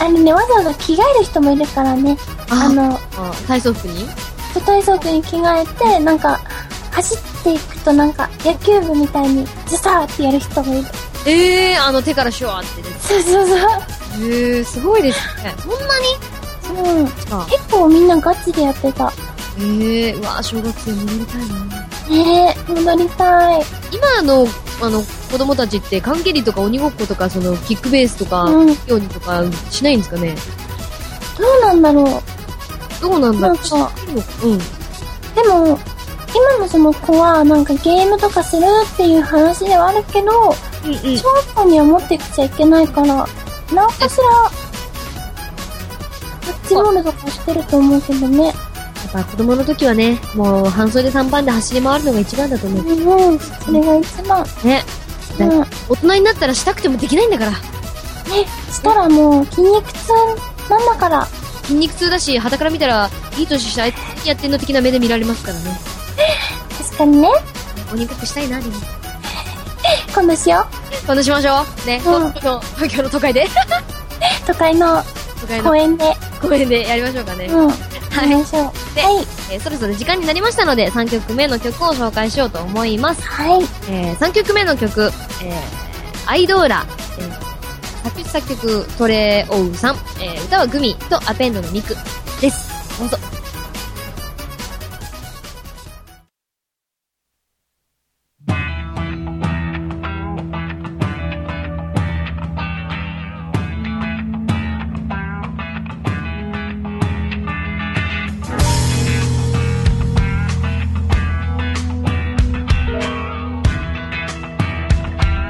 Speaker 3: あのね、わざわざ着替える人もいるからね。
Speaker 2: あ
Speaker 3: あの、
Speaker 2: あ体操服に
Speaker 3: 舞台装具に着替えて、なんか、走っていくとなんか、野球部みたいに、ズサーってやる人もいる。
Speaker 2: ええー、あの手からシュワーってね。
Speaker 3: そうそうそ
Speaker 2: えー、すごいですね。そんな
Speaker 3: う。うん。
Speaker 2: か。
Speaker 3: 結構みんなガチでやってた。
Speaker 2: ええー、うわあ小学生戻りたいな。
Speaker 3: ねえ、戻りたい。
Speaker 2: 今の、あの、子供たちって缶蹴りとか鬼ごっことかそのキックベースとか、
Speaker 3: うん
Speaker 2: ようにとかしないんですかね
Speaker 3: どうなんだろう。
Speaker 2: どうなんだ
Speaker 3: な
Speaker 2: ろ
Speaker 3: ん
Speaker 2: う
Speaker 3: か、
Speaker 2: うん
Speaker 3: でも、今のその子は、なんかゲームとかするっていう話ではあるけど、
Speaker 2: うんうん
Speaker 3: 小学校には持ってきちゃいけないから、なんかしら、キャッチボールとかしてると思うけどね。
Speaker 2: やっぱ子供の時はね、もう半袖3番で走り回るのが一番だと思う。
Speaker 3: うん、それが一番。
Speaker 2: ね。
Speaker 3: う
Speaker 2: だ
Speaker 3: ん。
Speaker 2: 大人になったらしたくてもできないんだから。
Speaker 3: ね、したらもう筋肉痛なんだから。
Speaker 2: 筋肉痛だし、肌から見たら、いい年したあいつ何やってんの的な目で見られますからね。
Speaker 3: 確かにね。
Speaker 2: お肉くしたいな、でも。
Speaker 3: 今度しよ
Speaker 2: 今度しましょう。ね、
Speaker 3: うん
Speaker 2: 東京の、東京の都会で、
Speaker 3: う。都会の
Speaker 2: 都会
Speaker 3: 公
Speaker 2: の
Speaker 3: 園で。
Speaker 2: 公園でやりましょうかね。
Speaker 3: うん。
Speaker 2: はい
Speaker 3: 行きましょう。
Speaker 2: で
Speaker 3: はい。
Speaker 2: えーそろそろ時間になりましたので、3曲目の曲を紹介しようと思います。
Speaker 3: はい。
Speaker 2: えー3曲目の曲、えーアイドーラ、えー作詞作曲トレオウさん、えー歌はグミとアペンドのミクです。どうぞ。
Speaker 4: 「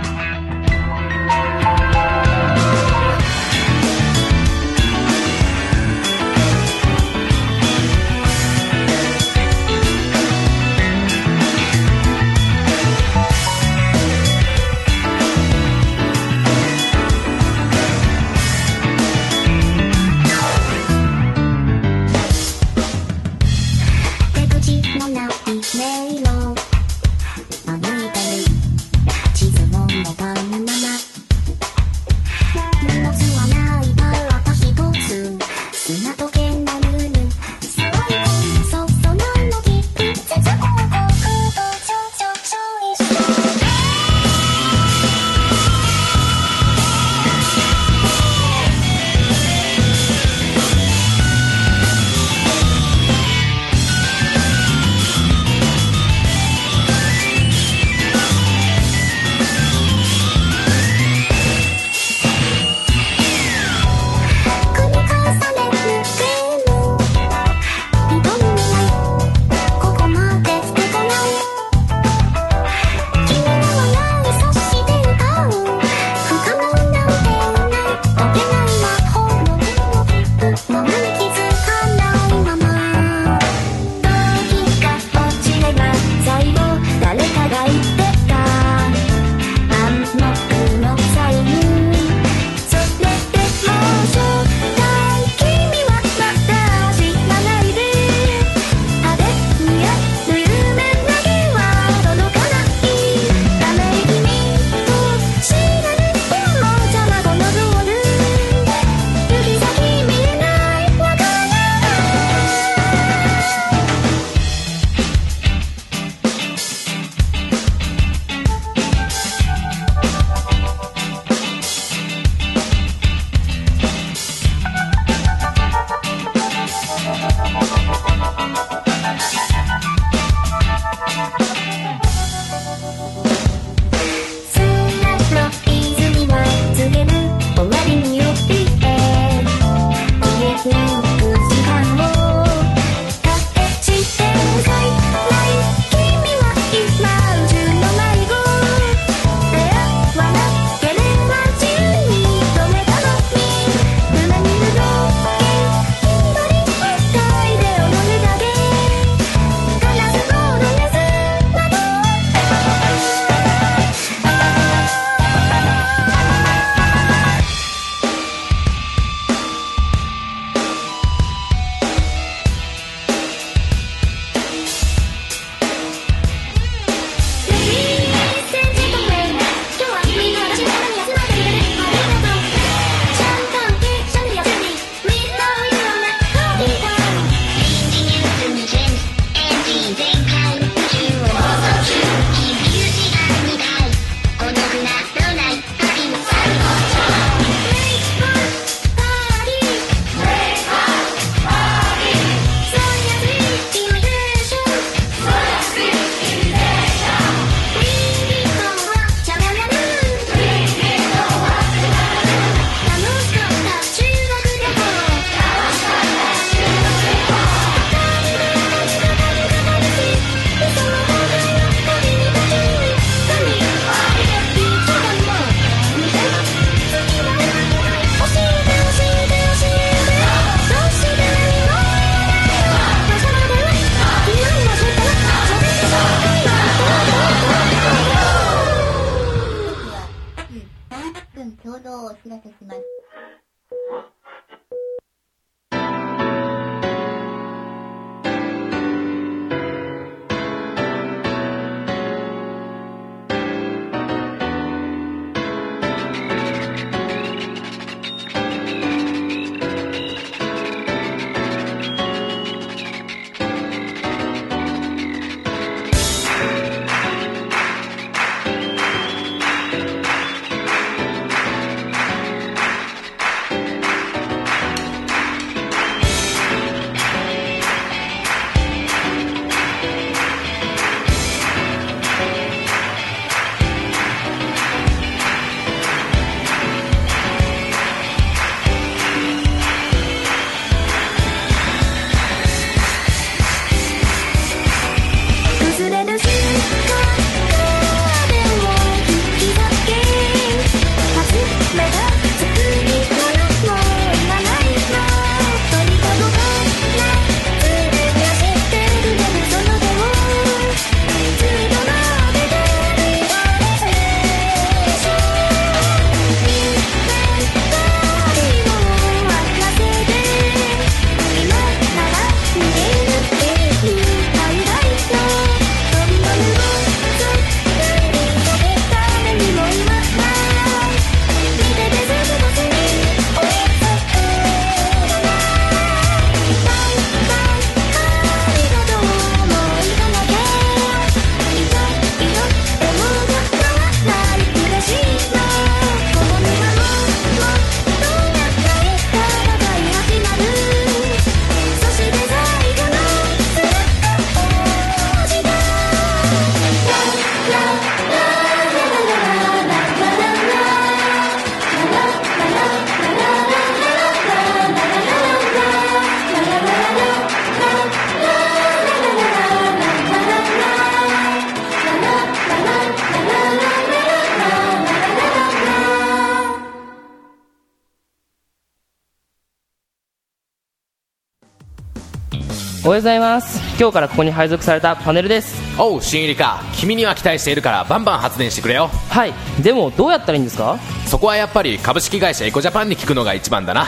Speaker 10: おはようございます今日からここに配属されたパネルです
Speaker 11: おう新入りか君には期待しているからバンバン発電してくれよ
Speaker 10: はいでもどうやったらいいんですか
Speaker 11: そこはやっぱり株式会社エコジャパンに聞くのが一番だな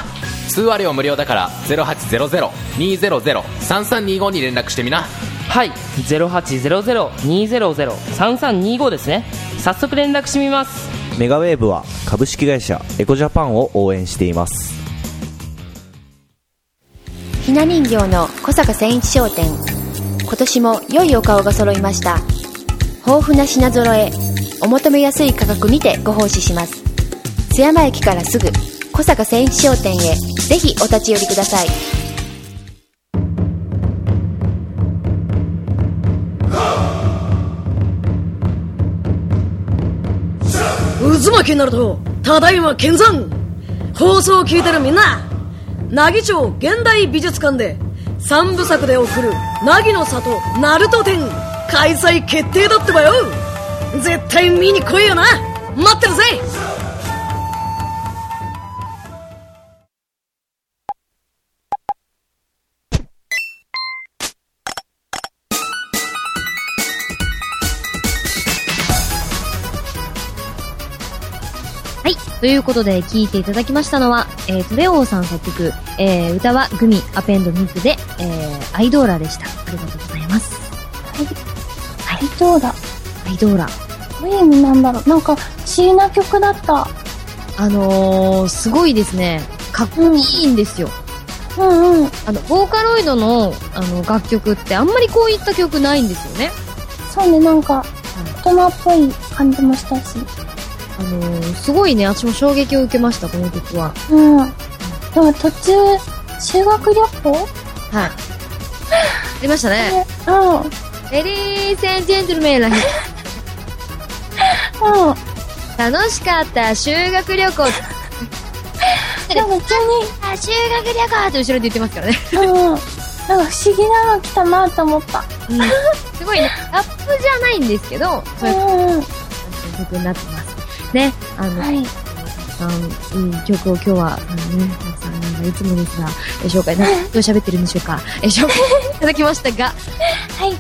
Speaker 11: 通話料無料だから0800-200-3325に連絡してみな
Speaker 10: はい0800-200-3325ですね早速連絡してみます
Speaker 12: メガウェーブは株式会社エコジャパンを応援しています
Speaker 13: ひな人形の小坂千一商店今年も良いお顔が揃いました豊富な品揃えお求めやすい価格にてご奉仕します津山駅からすぐ小坂千一商店へぜひお立ち寄りください
Speaker 14: 渦巻きになるとただいま見参放送を聞いてるみんな奈義町現代美術館で三部作で送る「凪の里ナルト展」開催決定だってばよ絶対見に来いよな待ってるぜ
Speaker 2: はい。ということで、聴いていただきましたのは、えー、トレオーさん作曲、えー、歌はグミ、アペンドミクで、えー、アイドーラでした。ありがとうございます。
Speaker 3: アイドーラ。
Speaker 2: アイドーラ。
Speaker 3: どういう意味なんだろうなんか、不思議な曲だった。
Speaker 2: あのー、すごいですね。かっこいいんですよ。
Speaker 3: うんうん。
Speaker 2: あの、ボーカロイドの、あの、楽曲ってあんまりこういった曲ないんですよね。
Speaker 3: そうね、なんか、大人っぽい感じもしたし。
Speaker 2: あのー、すごいね、私も衝撃を受けました、この曲は。
Speaker 3: うん。でも途中、修学旅行
Speaker 2: はい。出ましたね。
Speaker 3: うん。
Speaker 2: レディースジェントルメンらへん。楽しかった修学旅行。 [LAUGHS] でも普通に、あ、修学旅行って後ろで言ってますからね。 [LAUGHS]
Speaker 3: うん。なんか不思議なの来たなと思った。
Speaker 2: うん。すごいね、ラップじゃないんですけど、そういう
Speaker 3: うん。
Speaker 2: 曲になってます。ね、あの、
Speaker 3: はい。
Speaker 2: たくさんいい曲を今日は、あのね、たくさんなんかいつもですが、え紹介、などう喋ってるんでしょうか、 [LAUGHS] え紹介いただきましたが、
Speaker 3: はい。
Speaker 2: ね、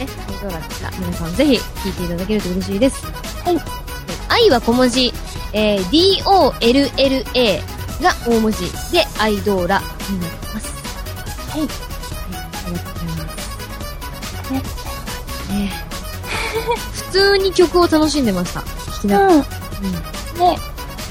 Speaker 2: アイドラですが、皆さんぜひ聴いていただけると嬉しいです。
Speaker 3: はい。
Speaker 2: 愛は小文字、えー、D-O-L-L-A が大文字で、アイドーラになってます。
Speaker 3: は
Speaker 2: あ
Speaker 3: い。
Speaker 2: りがとうございます。
Speaker 3: ね
Speaker 2: ね [LAUGHS] 普通に曲を楽しんでました。聴きながら。
Speaker 3: うん。で、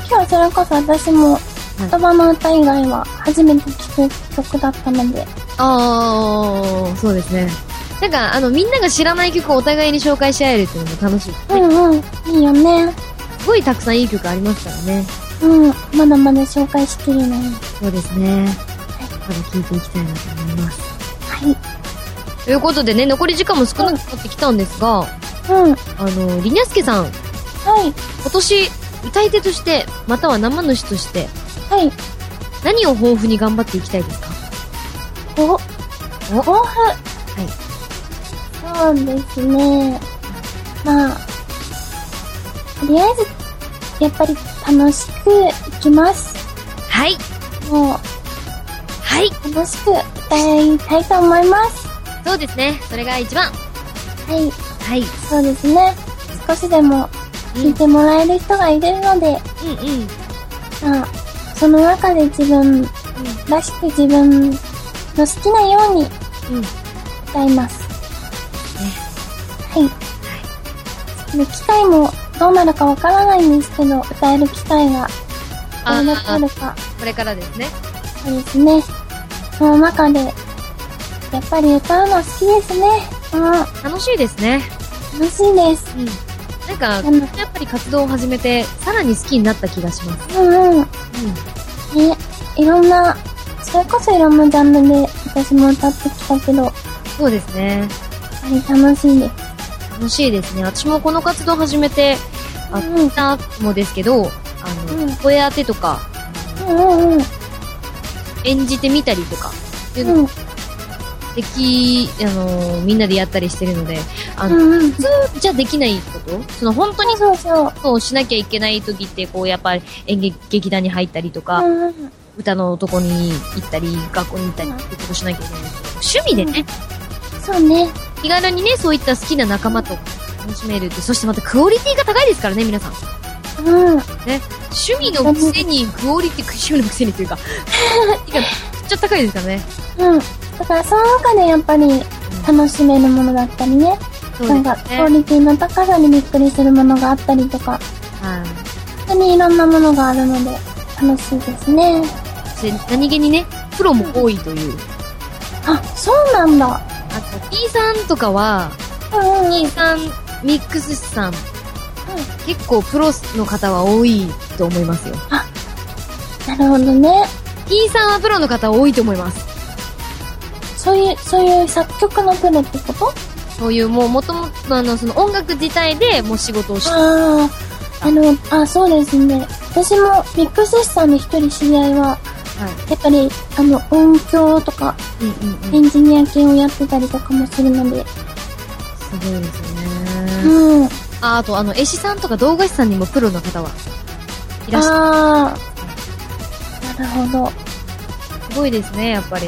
Speaker 3: 今日それこそ私も言葉の歌以外は初めて聴く曲だったので、
Speaker 2: あー、そうですね。なんか、あの、みんなが知らない曲をお互いに紹介し合えるっていうのも楽しい。
Speaker 3: うんうん、いいよね。
Speaker 2: すごいたくさんいい曲ありますからね。
Speaker 3: うん、まだまだ紹介しきれない。
Speaker 2: そうですね。まだ聴いていきたいなと思います。
Speaker 3: はい。
Speaker 2: ということでね、残り時間も少なくなってきたんですが、
Speaker 3: うん、
Speaker 2: あの、りにゃすけさん、
Speaker 3: はい、
Speaker 2: 今年、歌い手として、または生主として、
Speaker 3: はい。
Speaker 2: 何を豊富に頑張っていきたいですか
Speaker 3: お、
Speaker 2: お
Speaker 3: 豊富。はい。そうですね。まあ、とりあえず、やっぱり楽しくいきます。
Speaker 2: はい。
Speaker 3: も
Speaker 2: はい。
Speaker 3: う、楽しく歌いたいと思います。
Speaker 2: そうですね。それが一番。
Speaker 3: はい。
Speaker 2: はい。
Speaker 3: そうですね。少しでも聞いてもらえる人がいるので、
Speaker 2: うんうん。
Speaker 3: まあ、その中で自分らしく自分の好きなように
Speaker 2: うん。
Speaker 3: 歌います。はい。で機会もどうなるかわからないんですけど、歌える機会がど
Speaker 2: あ
Speaker 3: れだけある
Speaker 2: ー、
Speaker 3: か、
Speaker 2: これからですね。
Speaker 3: そうですね。その中で、やっぱり歌うの好きですね。うん、楽
Speaker 2: 楽しいですね。
Speaker 3: しいです。
Speaker 2: うん。なんか、
Speaker 3: うん
Speaker 2: やっぱり活動を始めて、さらに好きになった気がします。
Speaker 3: うん
Speaker 2: うん。
Speaker 3: うん。ね、いろんな、それこそいろんなジャンルで私も歌ってきたけど、やっ
Speaker 2: そうですね。
Speaker 3: ぱり楽しいです。
Speaker 2: 楽しいですね。私もこの活動を始めて、あ、
Speaker 3: う
Speaker 2: ツ
Speaker 3: ん
Speaker 2: イッターもですけど、あの、
Speaker 3: うん
Speaker 2: 声当てとか、
Speaker 3: うんうんうん。
Speaker 2: 演じてみたりとか、っていうの
Speaker 3: うん
Speaker 2: でき、あのーみんなでやったりしてるので、あの、
Speaker 3: うんうん。
Speaker 2: 普通じゃできないことその本当に
Speaker 3: そうそう。
Speaker 2: そうしなきゃいけない時って、こう、やっぱり演劇劇団に入ったりとか、
Speaker 3: うんうん。
Speaker 2: 歌のとこに行ったり、学校に行ったりってことしなきゃいけないんですけど、趣味でね。
Speaker 3: そうね。
Speaker 2: 気軽にね、そういった好きな仲間と楽しめるって、そしてまたクオリティが高いですからね、皆さん。
Speaker 3: うん。
Speaker 2: ね、趣味のくせに、クオリティ、趣味のくせにというか、いや、めっちゃ高いですからね。
Speaker 3: うん。だからその中でやっぱり楽しめるものだったりね。
Speaker 2: そうです
Speaker 3: な
Speaker 2: ね
Speaker 3: んかクオリティの高さにびっくりするものがあったりとか、
Speaker 2: はい。
Speaker 3: 本当にいろんなものがあるので楽しいですね。
Speaker 2: そして何気にね、プロも多いという。
Speaker 3: あ、そうなんだ。
Speaker 2: あと、P さんとかは、P さん、ミックスさん、結構プロの方は多いと思いますよ。
Speaker 3: なるほどね。
Speaker 2: P さんはプロの方多いと思います。
Speaker 3: そういう、そういう作曲のプロってこと
Speaker 2: そういう、もう、もともと、あの、その音楽自体でもう仕事をして、
Speaker 3: ああ、あの、あ、そうですね。私もミックス師さんの一人知り合いは、やっぱり、あの、音響とか、エンジニア系をやってたりとかもするので、
Speaker 2: すごいですね。
Speaker 3: うん。
Speaker 2: あ、あと、あの、絵師さんとか動画師さんにもプロの方はいらっしゃる。
Speaker 3: ああ、なるほど。
Speaker 2: すごいですね、やっぱり。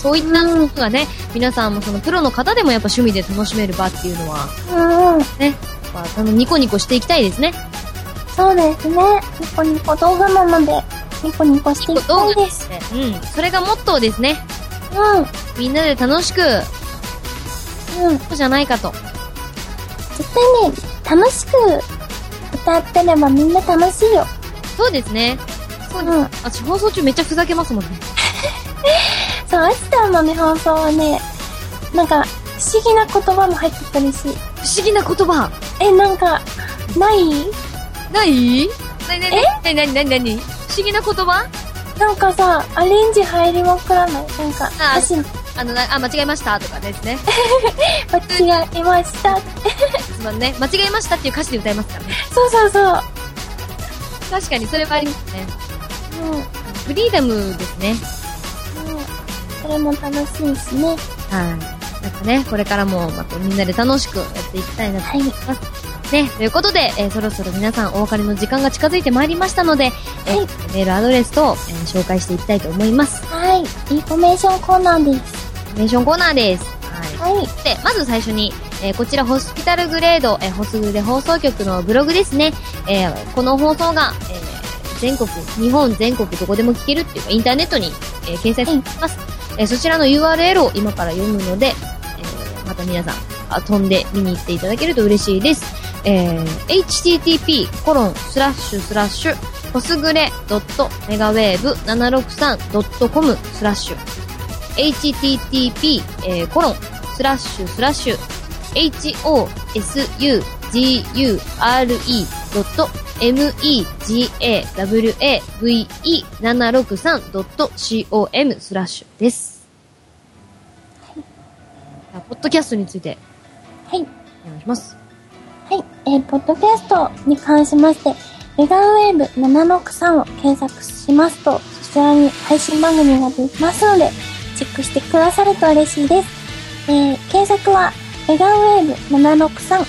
Speaker 2: そういったものがね、皆さんもそのプロの方でもやっぱ趣味で楽しめる場っていうのは、
Speaker 3: うんうん。
Speaker 2: ね、やっぱあのニコニコしていきたいですね。
Speaker 3: そうですね。ニコニコ動画なので、ニコニコしていきたいです。
Speaker 2: うん、それがモットーですね。。
Speaker 3: うん
Speaker 2: みんなで楽しく、
Speaker 3: うん。
Speaker 2: そうじゃないかと。
Speaker 3: 絶対ね、楽しく歌ってればみんな楽しいよ。
Speaker 2: そうですね。そうです。私放送中めっちゃふざけますもんね。
Speaker 3: そう、アキさんのね、放送はね、なんか、不思議な言葉も入ってたりし。不
Speaker 2: 思議な言葉
Speaker 3: え、なんか、ない
Speaker 2: ないなになになになになになに不思議な言葉
Speaker 3: なんかさ、アレンジ入りまくらない。なんか、
Speaker 2: あ
Speaker 3: 私、
Speaker 2: あの、なあ、間違えましたとかですね。
Speaker 3: 間違えました。
Speaker 2: つまんね、間違えましたっていう歌詞で歌いますからね。
Speaker 3: そうそうそう。
Speaker 2: 確かにそれはありますね。フリーダムですね。
Speaker 3: うん。それも楽しいしね。
Speaker 2: はい。なんかね、これからも、またみんなで楽しくやっていきたいなと思います。ね、ということで、えーそろそろ皆さんお別れの時間が近づいてまいりましたので、えーメールアドレスと、えー紹介していきたいと思います。
Speaker 3: はい。インフォメーションコーナーです。
Speaker 2: インフォメーションコーナーです。はい。で、まず最初に、えーこちら、ホスピタルグレード、えーホスグレ放送局のブログですね。えーこの放送が、えー全国、日本全国どこでも聞けるっていうか、インターネットに、えー掲載されています。えーそちらの URL を今から読むので、えーまた皆さん、あ飛んで見に行っていただけると嬉しいです。えー http コロンスラッシュスラッシュ、ホスグレ .megawave763.com スラッシュ、http えーコロンスラッシュスラッシュ hosugure.megawave763.com スラッシュです。ポッドキャストについて
Speaker 3: はい。
Speaker 2: お願いします。
Speaker 3: はい、えー、ポッドキャストに関しまして、メガウェーブ763を検索しますと、そちらに配信番組が出ますので、チェックしてくださると嬉しいです。えー、検索は、メガウェーブ763、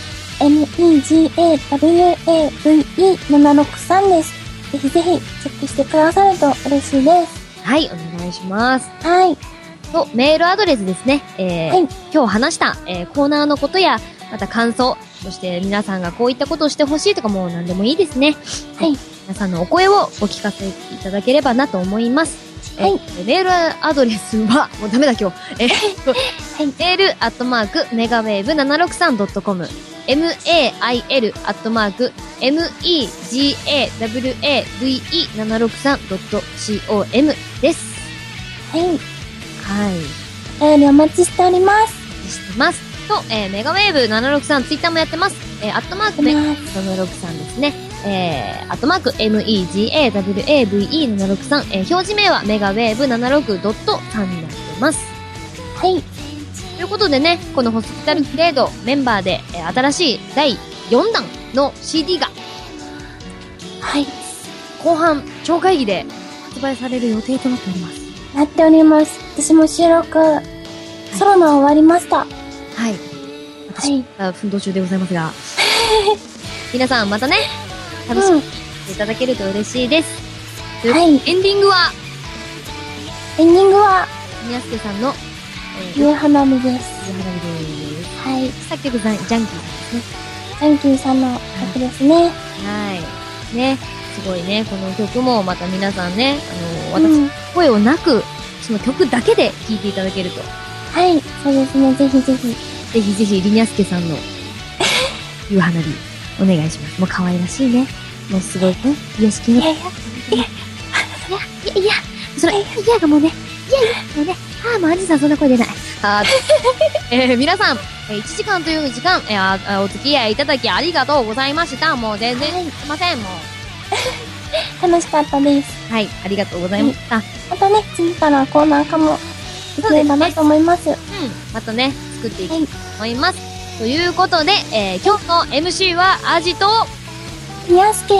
Speaker 3: megawave763 です。ぜひぜひ、チェックしてくださると嬉しいです。
Speaker 2: はい、お願いします。
Speaker 3: はい。
Speaker 2: と、メールアドレスですね。えー今日話した、えーコーナーのことや、また感想、そして皆さんがこういったことをしてほしいとかもう何でもいいですね。
Speaker 3: はい。
Speaker 2: 皆さんのお声をお聞かせいただければなと思います。はい。メールアドレスは、もうダメだ今日。えー、はい、メールアットマーク、メガウェーブ 763.com。mail アットマーク、megawave763.com です。
Speaker 3: はい。
Speaker 2: はい。
Speaker 3: お便りお待ちしております。
Speaker 2: してます。と、えーメガウェーブ763、ツイッターもやってます。えーアットマークメガウェーブ763ですね。えー、アットマーク MEGAWAVE763、えー表示名はメガウェーブ76.3になってます。
Speaker 3: はい。
Speaker 2: ということでね、このホスピタルグレードメンバーで、えー新しい第4弾の CD が、
Speaker 3: はい。
Speaker 2: 後半、超会議で発売される予定となっております。
Speaker 3: なっております。私も収録、ソロの終わりました。は
Speaker 2: はい。私、は奮闘中でございます [LAUGHS] が。皆さんまたね、楽しみにしていただけると嬉しいです。ということでエンディングは
Speaker 3: エンディングは、
Speaker 2: 宮助さんの
Speaker 3: ゆうはなみです。
Speaker 2: ゆうはなみです。
Speaker 3: はい。
Speaker 2: 作曲ザンジャンキーですね。
Speaker 3: ジャンキーさんの曲ですね。
Speaker 2: はい。ね、すごいね、この曲もまた皆さんね、あの、私、
Speaker 3: うん
Speaker 2: 声をなく、その曲だけで聴いていただけると。
Speaker 3: はい、そうですね、ぜひぜひ。
Speaker 2: ぜひぜひ、りにゃすけさ [LAUGHS] んの、夕花火、お願いします。もう可愛らしいね。もうすごいね、癒し系ね。いやいや、いや、いや、いや、それ、いやがもうね、いやいや、もうね、ああ、もうあじさんそんな声出ない。あー [LAUGHS] えー皆さん、えー1時間という時間、えーあーお付き合いいただきありがとうございました。もう全然、すいません、もう。
Speaker 3: 楽しかったです。
Speaker 2: はい、ありがとうございました。
Speaker 3: またね、次からコーナーかも、いければなと思います。
Speaker 2: うん、またね、作っていきたいと思います。ということで、えー今日の MC はアジと、
Speaker 3: みやすけ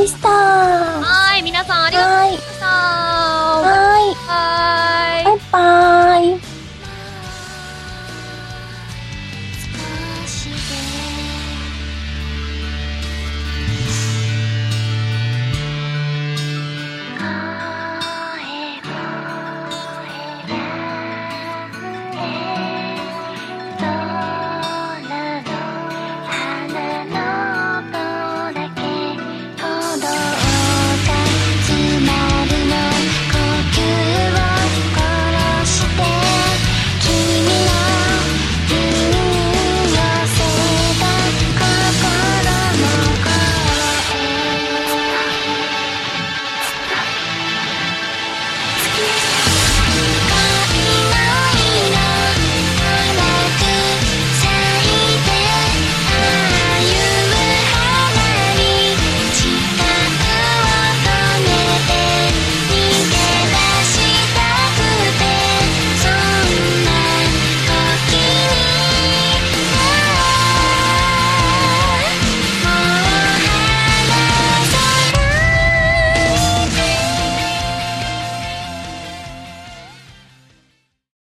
Speaker 3: でしたは
Speaker 2: ーい、皆さんありがとうございました。
Speaker 3: ーい。
Speaker 2: はーい。
Speaker 3: バイバーイ。